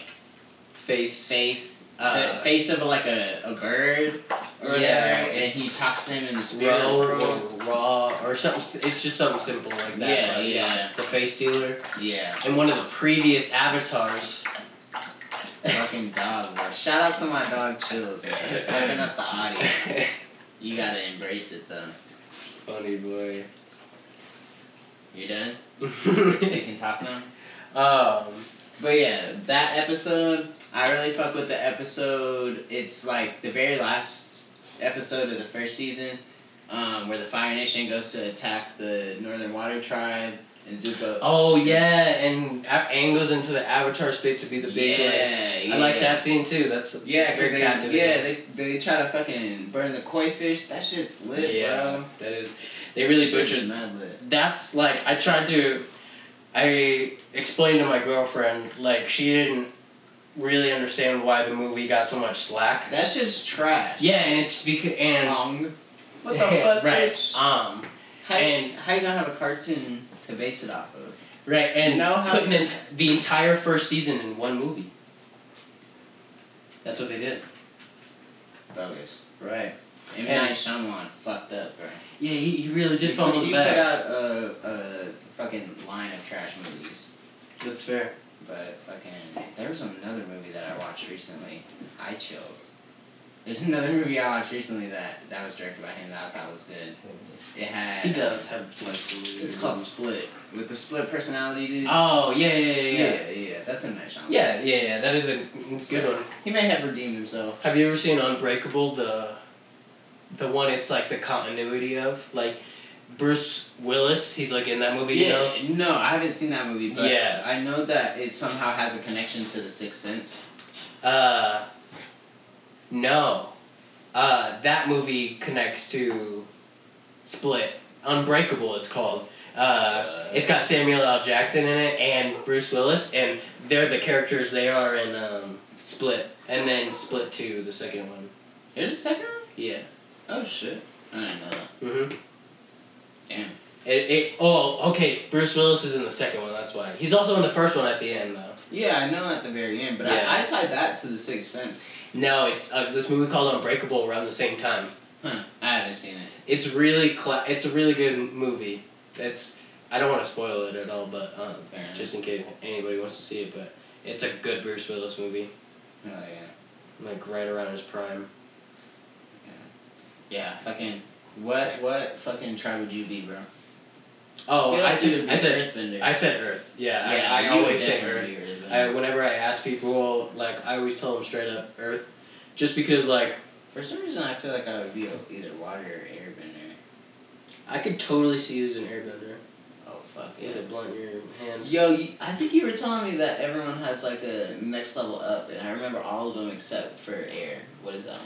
Speaker 1: Face.
Speaker 2: face
Speaker 1: Uh,
Speaker 2: the face of like a, a bird or whatever
Speaker 1: Yeah,
Speaker 2: and he
Speaker 1: it's-
Speaker 2: talks to him in the spirit
Speaker 1: Row
Speaker 2: world.
Speaker 1: or raw or something. It's just something simple like that.
Speaker 2: Yeah,
Speaker 1: like,
Speaker 2: yeah.
Speaker 1: The face dealer
Speaker 2: Yeah.
Speaker 1: and one of the previous avatars.
Speaker 2: Fucking dog bro. Shout out to my dog chills, man. Fucking up the audio. You gotta embrace it though.
Speaker 1: Funny boy.
Speaker 2: You done? can talk now?
Speaker 1: um.
Speaker 2: But yeah, that episode, I really fuck with the episode. It's like the very last episode of the first season, um, where the Fire Nation goes to attack the Northern Water Tribe and Zuko.
Speaker 1: Oh yeah, and A- Aang goes into the Avatar state to be the big.
Speaker 2: yeah,
Speaker 1: like,
Speaker 2: yeah.
Speaker 1: I like that scene too. That's
Speaker 2: Yeah,
Speaker 1: that's
Speaker 2: because
Speaker 1: very
Speaker 2: they,
Speaker 1: captivating.
Speaker 2: yeah, they, they try to fucking burn the koi fish. That shit's lit,
Speaker 1: yeah,
Speaker 2: bro.
Speaker 1: that is. They really
Speaker 2: Shit's
Speaker 1: butchered.
Speaker 2: mad lit.
Speaker 1: That's like I tried to, I explained to my girlfriend like she didn't really understand why the movie got so much slack.
Speaker 2: That shit's trash.
Speaker 1: Yeah, and it's because and
Speaker 2: Wrong. What the fuck,
Speaker 1: right
Speaker 2: bitch?
Speaker 1: um
Speaker 2: How,
Speaker 1: and-
Speaker 2: how you gonna have a cartoon to base it off of?
Speaker 1: right and
Speaker 2: You know how-
Speaker 1: putting it, the entire first season in one movie. That's what they did.
Speaker 2: Bogus.
Speaker 1: Right.
Speaker 2: M.
Speaker 1: And-
Speaker 2: Night Shyamalan fucked up, bro.
Speaker 1: Yeah, he, he really
Speaker 2: He
Speaker 1: did fumble
Speaker 2: put, he
Speaker 1: the
Speaker 2: put
Speaker 1: bag.
Speaker 2: out a, a fucking line of trash movies,
Speaker 1: That's fair.
Speaker 2: but fucking there was another movie that I watched recently. High chills. There's another movie I watched recently that that was directed by him that I thought was good. It had.
Speaker 1: He does have like. some-
Speaker 2: It's called Split with the split personality dude.
Speaker 1: Oh yeah yeah yeah yeah.
Speaker 2: yeah, yeah, That's M. Night Shyamalan.
Speaker 1: Yeah yeah yeah. That is a good one.
Speaker 2: He may have redeemed himself.
Speaker 1: Have you ever seen Unbreakable? The, the one it's like the continuity of like, Bruce Willis. He's like in that movie. You know?
Speaker 2: yeah. No, I haven't seen that movie, but
Speaker 1: Yeah.
Speaker 2: I know that it somehow has a connection to The Sixth Sense.
Speaker 1: Uh. No, uh, that movie connects to, Split. Unbreakable. It's called. Uh, It's got Samuel L. Jackson in it and Bruce Willis, and they're the characters they are in um, Split, and then Split Two, the second one.
Speaker 2: There's a second one.
Speaker 1: Yeah.
Speaker 2: Oh shit! I didn't know that.
Speaker 1: Mhm.
Speaker 2: Damn.
Speaker 1: It, it oh okay. Bruce Willis is in the second one. That's why he's also in the first one at the end though.
Speaker 2: Yeah, I know at the very end, but
Speaker 1: Yeah.
Speaker 2: I, I tied that to the Sixth Sense.
Speaker 1: No, it's uh, this movie called Unbreakable around the same time.
Speaker 2: Huh? I haven't seen it.
Speaker 1: It's really cla- It's a really good movie. It's I don't want to spoil it at all, but um,
Speaker 2: Fair enough.
Speaker 1: just in case anybody wants to see it, but it's a good Bruce Willis movie.
Speaker 2: Oh yeah.
Speaker 1: Like right around his prime.
Speaker 2: Yeah. Fucking. What? What? Fucking tribe would you be, bro?
Speaker 1: Oh,
Speaker 2: I, feel
Speaker 1: I,
Speaker 2: like you would
Speaker 1: did.
Speaker 2: be
Speaker 1: I said
Speaker 2: Earthbender.
Speaker 1: I said Earth. Yeah,
Speaker 2: yeah,
Speaker 1: I, I
Speaker 2: you would
Speaker 1: always say
Speaker 2: definitely
Speaker 1: Earth.
Speaker 2: be
Speaker 1: I,
Speaker 2: Earthbender.
Speaker 1: whenever I ask people, like, I always tell them straight up Earth. Just because, like,
Speaker 2: For some reason, I feel like I would be a- either water or airbender.
Speaker 1: I could totally see you as an airbender
Speaker 2: Oh fuck yeah.
Speaker 1: with a blunt in your hand.
Speaker 2: Yo, you- I think you were telling me that everyone has like a next level up, and I remember all of them except for air. What is that one?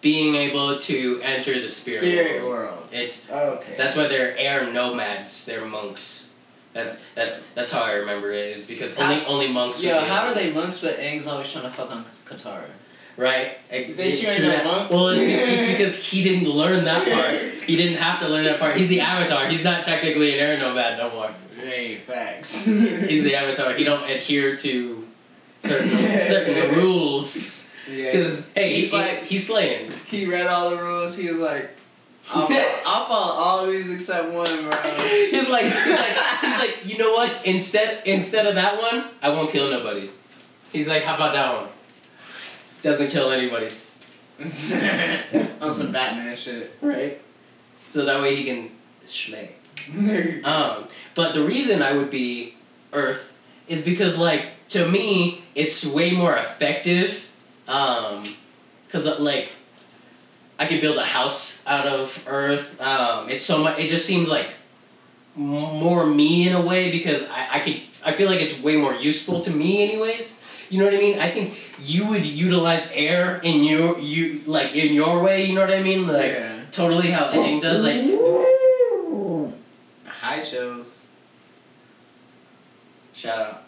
Speaker 1: Being able to enter the spirit, world.
Speaker 2: world.
Speaker 1: It's
Speaker 2: Oh, okay.
Speaker 1: that's why they're air nomads. They're monks. That's that's that's how I remember it. Is because
Speaker 2: How-
Speaker 1: only only monks.
Speaker 2: Yo,
Speaker 1: would be
Speaker 2: how
Speaker 1: able-
Speaker 2: are they monks but Aang's always trying to fuck on Katara?
Speaker 1: Right. Ex-
Speaker 2: They sure
Speaker 1: to
Speaker 2: ain't no
Speaker 1: that-
Speaker 2: monk.
Speaker 1: Well, it's, be- it's because he didn't learn that part. He didn't have to learn that part. He's the avatar. He's not technically an air nomad no more.
Speaker 2: Hey, facts.
Speaker 1: He's the avatar. He don't adhere to certain certain rules.
Speaker 2: yeah.
Speaker 1: Because hey,
Speaker 2: He's
Speaker 1: he-
Speaker 2: like-
Speaker 1: he's slaying.
Speaker 2: He read all the rules. He was like, I'll, I'll follow all these except one, bro.
Speaker 1: He's like he's like he's like you know what? Instead instead of that one, I won't kill nobody. He's like how about that one? Doesn't kill anybody.
Speaker 2: on some Batman shit.
Speaker 1: Right. So that way he can schlay.
Speaker 2: yeah,
Speaker 1: Um, but the reason I would be Earth is because, like, to me, it's way more effective. Um, cause uh, like, I could build a house out of Earth. Um, it's so much. It just seems like m- more me in a way because I I could I feel like it's way more useful to me anyways. You know what I mean? I think you would utilize air in your you like in your way. You know what I mean? Like totally how Edding does. Like
Speaker 2: Hi shows.
Speaker 1: shout out.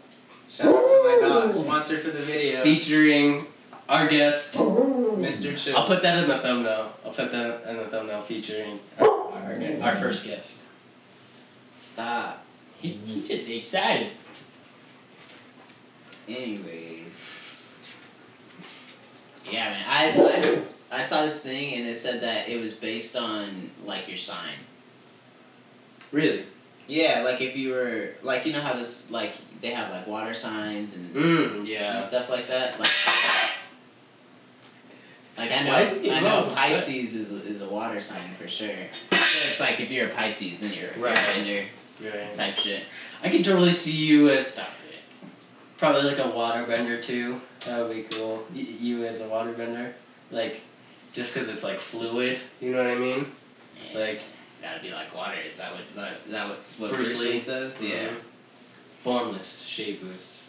Speaker 2: Shout out to my dog, sponsor for the video,
Speaker 1: featuring our guest.
Speaker 2: Mr. Chill.
Speaker 1: I'll put that in the thumbnail. I'll put that in the thumbnail featuring our, our, gu- our first guest.
Speaker 2: Stop.
Speaker 1: He, he just excited.
Speaker 2: Anyways. Yeah, man. I, I I saw this thing and it said that it was based on like your sign.
Speaker 1: Really?
Speaker 2: Yeah, like if you were like you know how this like they have like water signs and,
Speaker 1: Mmm,
Speaker 2: and
Speaker 1: yeah.
Speaker 2: stuff like that. Like, like I know
Speaker 1: Why is it
Speaker 2: I know
Speaker 1: wrong?
Speaker 2: Pisces is a, is a water sign for sure. So it's like if you're a Pisces then you're a
Speaker 1: Right.
Speaker 2: right.
Speaker 1: Right.
Speaker 2: type shit.
Speaker 1: I can totally see you as stop it. Probably like a waterbender too. That would be cool. Y- you as a waterbender. Like, just because it's like fluid. You know what I mean?
Speaker 2: Yeah.
Speaker 1: Like,
Speaker 2: Gotta be like water. Is that what that, that what's what
Speaker 1: Bruce
Speaker 2: Bruce, Lee Mm-hmm.
Speaker 1: Lee.
Speaker 2: says? Yeah.
Speaker 1: formless, shapeless.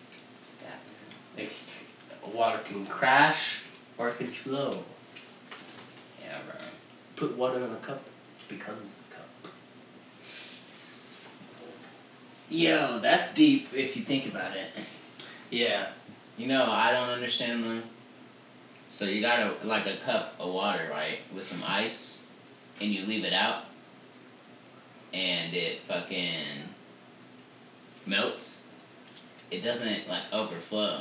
Speaker 1: Like, water can crash or it can flow.
Speaker 2: Yeah, bro.
Speaker 1: Put water in a cup, becomes the cup.
Speaker 2: Yo, that's deep if you think about it.
Speaker 1: Yeah.
Speaker 2: You know, I don't understand them. So you got a like a cup of water, right, with some ice, and you leave it out, and it fucking melts. It doesn't like overflow.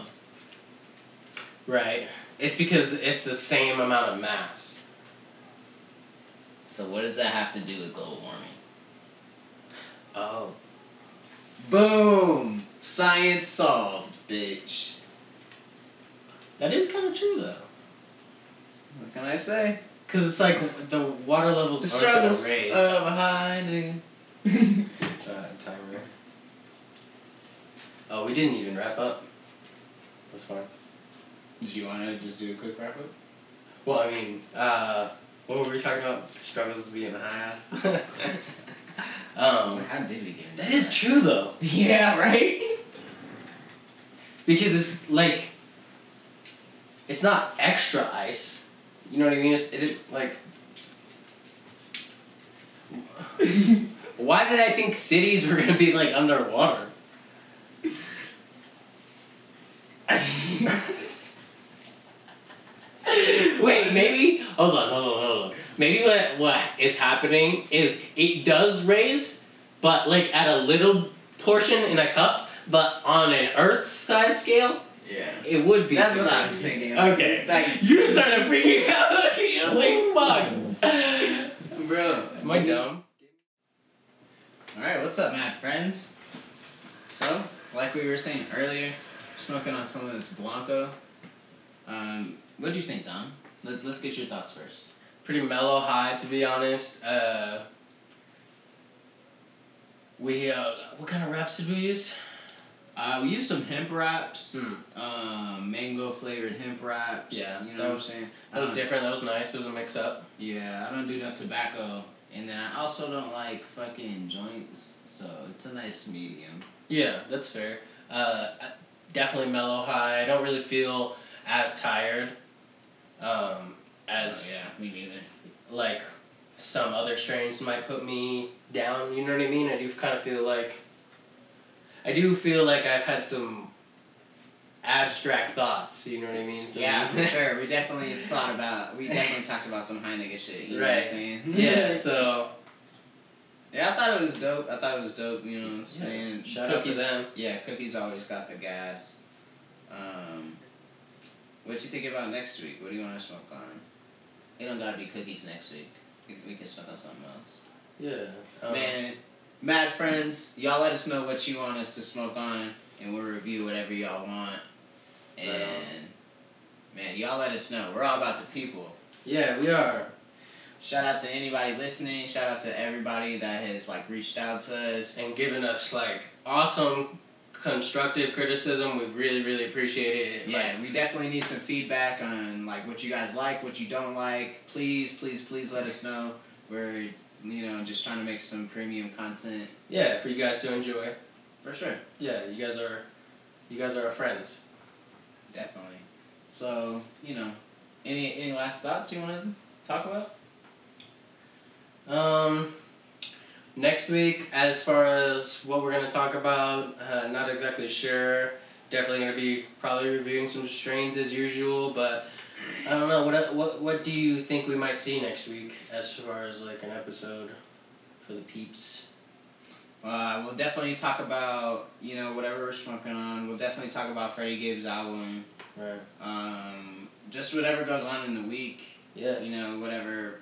Speaker 1: Right. It's because it's the same amount of mass.
Speaker 2: So what does that have to do with global warming?
Speaker 1: Oh.
Speaker 2: Boom! Science solved, bitch.
Speaker 1: That is kind of true, though.
Speaker 2: What can I say?
Speaker 1: Because it's like the water levels
Speaker 2: The
Speaker 1: are going
Speaker 2: struggles
Speaker 1: raise.
Speaker 2: of a high noon.
Speaker 1: Uh, timer. Oh, we didn't even wrap up. That's fine.
Speaker 2: Do you want to just do a quick wrap up?
Speaker 1: Well, I mean, uh, what were we talking about? Struggles of being a high ass. um,
Speaker 2: How did we get into
Speaker 1: that is true, though.
Speaker 2: Yeah, right?
Speaker 1: because it's like it's not extra ice you know what i mean it's, it is like why did i think cities were gonna be like underwater Wait, maybe hold on, hold on, hold on. Maybe what what is happening is it does raise, but like at a little portion in a cup, but on an Earth size scale,
Speaker 2: Yeah.
Speaker 1: it would be.
Speaker 2: That's what
Speaker 1: super
Speaker 2: I was
Speaker 1: easy.
Speaker 2: thinking.
Speaker 1: Okay.
Speaker 2: Like,
Speaker 1: You started freaking out. I was like, fuck.
Speaker 2: bro.
Speaker 1: Am I dumb?
Speaker 2: Alright, what's up, mad friends? So, like we were saying earlier, smoking on some of this Blanco. Um, what do you think, Don? Let, let's get your thoughts first.
Speaker 1: Pretty mellow high, to be honest. Uh, we uh, what kind of wraps did we use?
Speaker 2: Uh, we used some hemp wraps, um, mango flavored hemp wraps.
Speaker 1: Yeah,
Speaker 2: you
Speaker 1: that
Speaker 2: know what I'm
Speaker 1: was-
Speaker 2: saying. I
Speaker 1: That was
Speaker 2: don't-
Speaker 1: different. That was nice. It was a mix up.
Speaker 2: Yeah, I don't do no tobacco, and then I also don't like fucking joints, so it's a nice medium.
Speaker 1: Yeah, that's fair. Uh, I- definitely mellow high. I don't really feel as tired um, as
Speaker 2: Oh, yeah, me neither.
Speaker 1: like some other strains might put me down. You know what I mean? I do kind of feel like I do feel like I've had some abstract thoughts. You know what I mean? So
Speaker 2: Yeah, for sure. We definitely thought about. We definitely talked about some high nigga shit. You know what I'm
Speaker 1: Right.
Speaker 2: saying?
Speaker 1: yeah. So
Speaker 2: Yeah, I thought it was dope. I thought it was dope. You know what I'm saying?
Speaker 1: Shout out to
Speaker 2: Cookies-
Speaker 1: them.
Speaker 2: Yeah, cookies always got the gas. Um, what you think about next week? What do you want to smoke on? It don't gotta be cookies next week. We, we can smoke on something else.
Speaker 1: yeah. Um,
Speaker 2: Man, mad friends, y'all let us know what you want us to smoke on, and we'll review whatever y'all want.
Speaker 1: Right on.
Speaker 2: And man, y'all let us know. We're all about the people.
Speaker 1: Yeah, we are.
Speaker 2: Shout out to anybody listening. Shout out to everybody that has like reached out to us.
Speaker 1: And giving us like awesome constructive criticism. We really, really appreciate it. Like,
Speaker 2: Yeah, we definitely need some feedback on like what you guys like, what you don't like. Please, please, please let us know. We're you know just trying to make some premium content
Speaker 1: yeah, for you guys to enjoy.
Speaker 2: for sure.
Speaker 1: Yeah, you guys are you guys are our friends.
Speaker 2: Definitely. So you know, any any last thoughts you want to talk about?
Speaker 1: Um next week as far as what we're gonna talk about, uh, not exactly sure. Definitely gonna be probably reviewing some strains as usual, but I don't know, what what what do you think we might see next week as far as like an episode for the peeps?
Speaker 2: Uh, we'll definitely talk about you know whatever we're smoking on. We'll definitely talk about Freddie Gibbs' album.
Speaker 1: Right.
Speaker 2: Um, just whatever goes on in the week.
Speaker 1: Yeah.
Speaker 2: You know whatever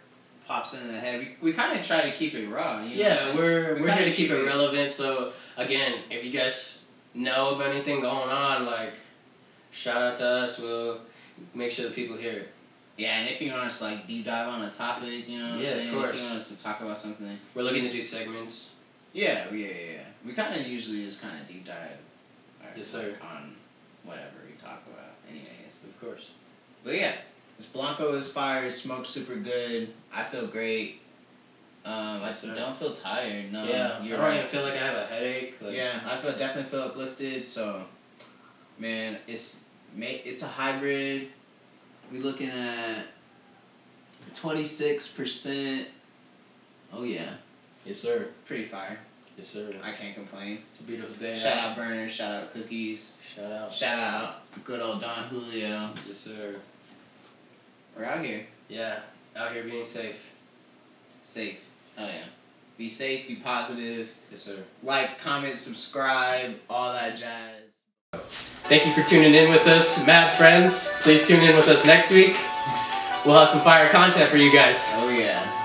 Speaker 2: pops in the head. We, we kind of try to keep it raw. You know what I'm
Speaker 1: Yeah,
Speaker 2: saying?
Speaker 1: we're
Speaker 2: We
Speaker 1: we're
Speaker 2: kinda
Speaker 1: here to keep
Speaker 2: keep
Speaker 1: it
Speaker 2: it-
Speaker 1: relevant. So again, if you guys know of anything going on, like shout out to us. We'll make sure the people hear it.
Speaker 2: Yeah, and if you want us to like deep dive on a topic, you know what
Speaker 1: Yeah, of
Speaker 2: I'm saying? If
Speaker 1: course.
Speaker 2: you want us to talk about something.
Speaker 1: We're looking to do segments.
Speaker 2: Yeah, yeah, yeah. yeah. We kind of usually just kind of deep dive. uh,
Speaker 1: Yes, sir.
Speaker 2: On whatever we talk about, anyways.
Speaker 1: Of course.
Speaker 2: But yeah, this Blanco is fire. It smokes super good. I feel great. Um,
Speaker 1: Yes,
Speaker 2: I
Speaker 1: sir.
Speaker 2: don't feel tired. No,
Speaker 1: yeah,
Speaker 2: you're
Speaker 1: I don't even
Speaker 2: right.
Speaker 1: feel like I have a headache. Like,
Speaker 2: Yeah, I feel definitely feel uplifted. So, man, it's ma- it's a hybrid. We looking at twenty six percent. Oh yeah,
Speaker 1: Yes, sir.
Speaker 2: pretty fire.
Speaker 1: Yes, sir.
Speaker 2: I can't complain.
Speaker 1: It's a beautiful day.
Speaker 2: Shout out Burner. Shout out Cookies.
Speaker 1: Shout out.
Speaker 2: Shout out good old Don Julio.
Speaker 1: Yes, sir.
Speaker 2: We're out here.
Speaker 1: Yeah, out here being safe.
Speaker 2: safe. Oh yeah. Be safe, be positive,
Speaker 1: Yes, sir.
Speaker 2: like, comment, subscribe, all that jazz.
Speaker 1: Thank you for tuning in with us, Mad Friends. Please tune in with us next week. We'll have some fire content for you guys.
Speaker 2: Oh yeah.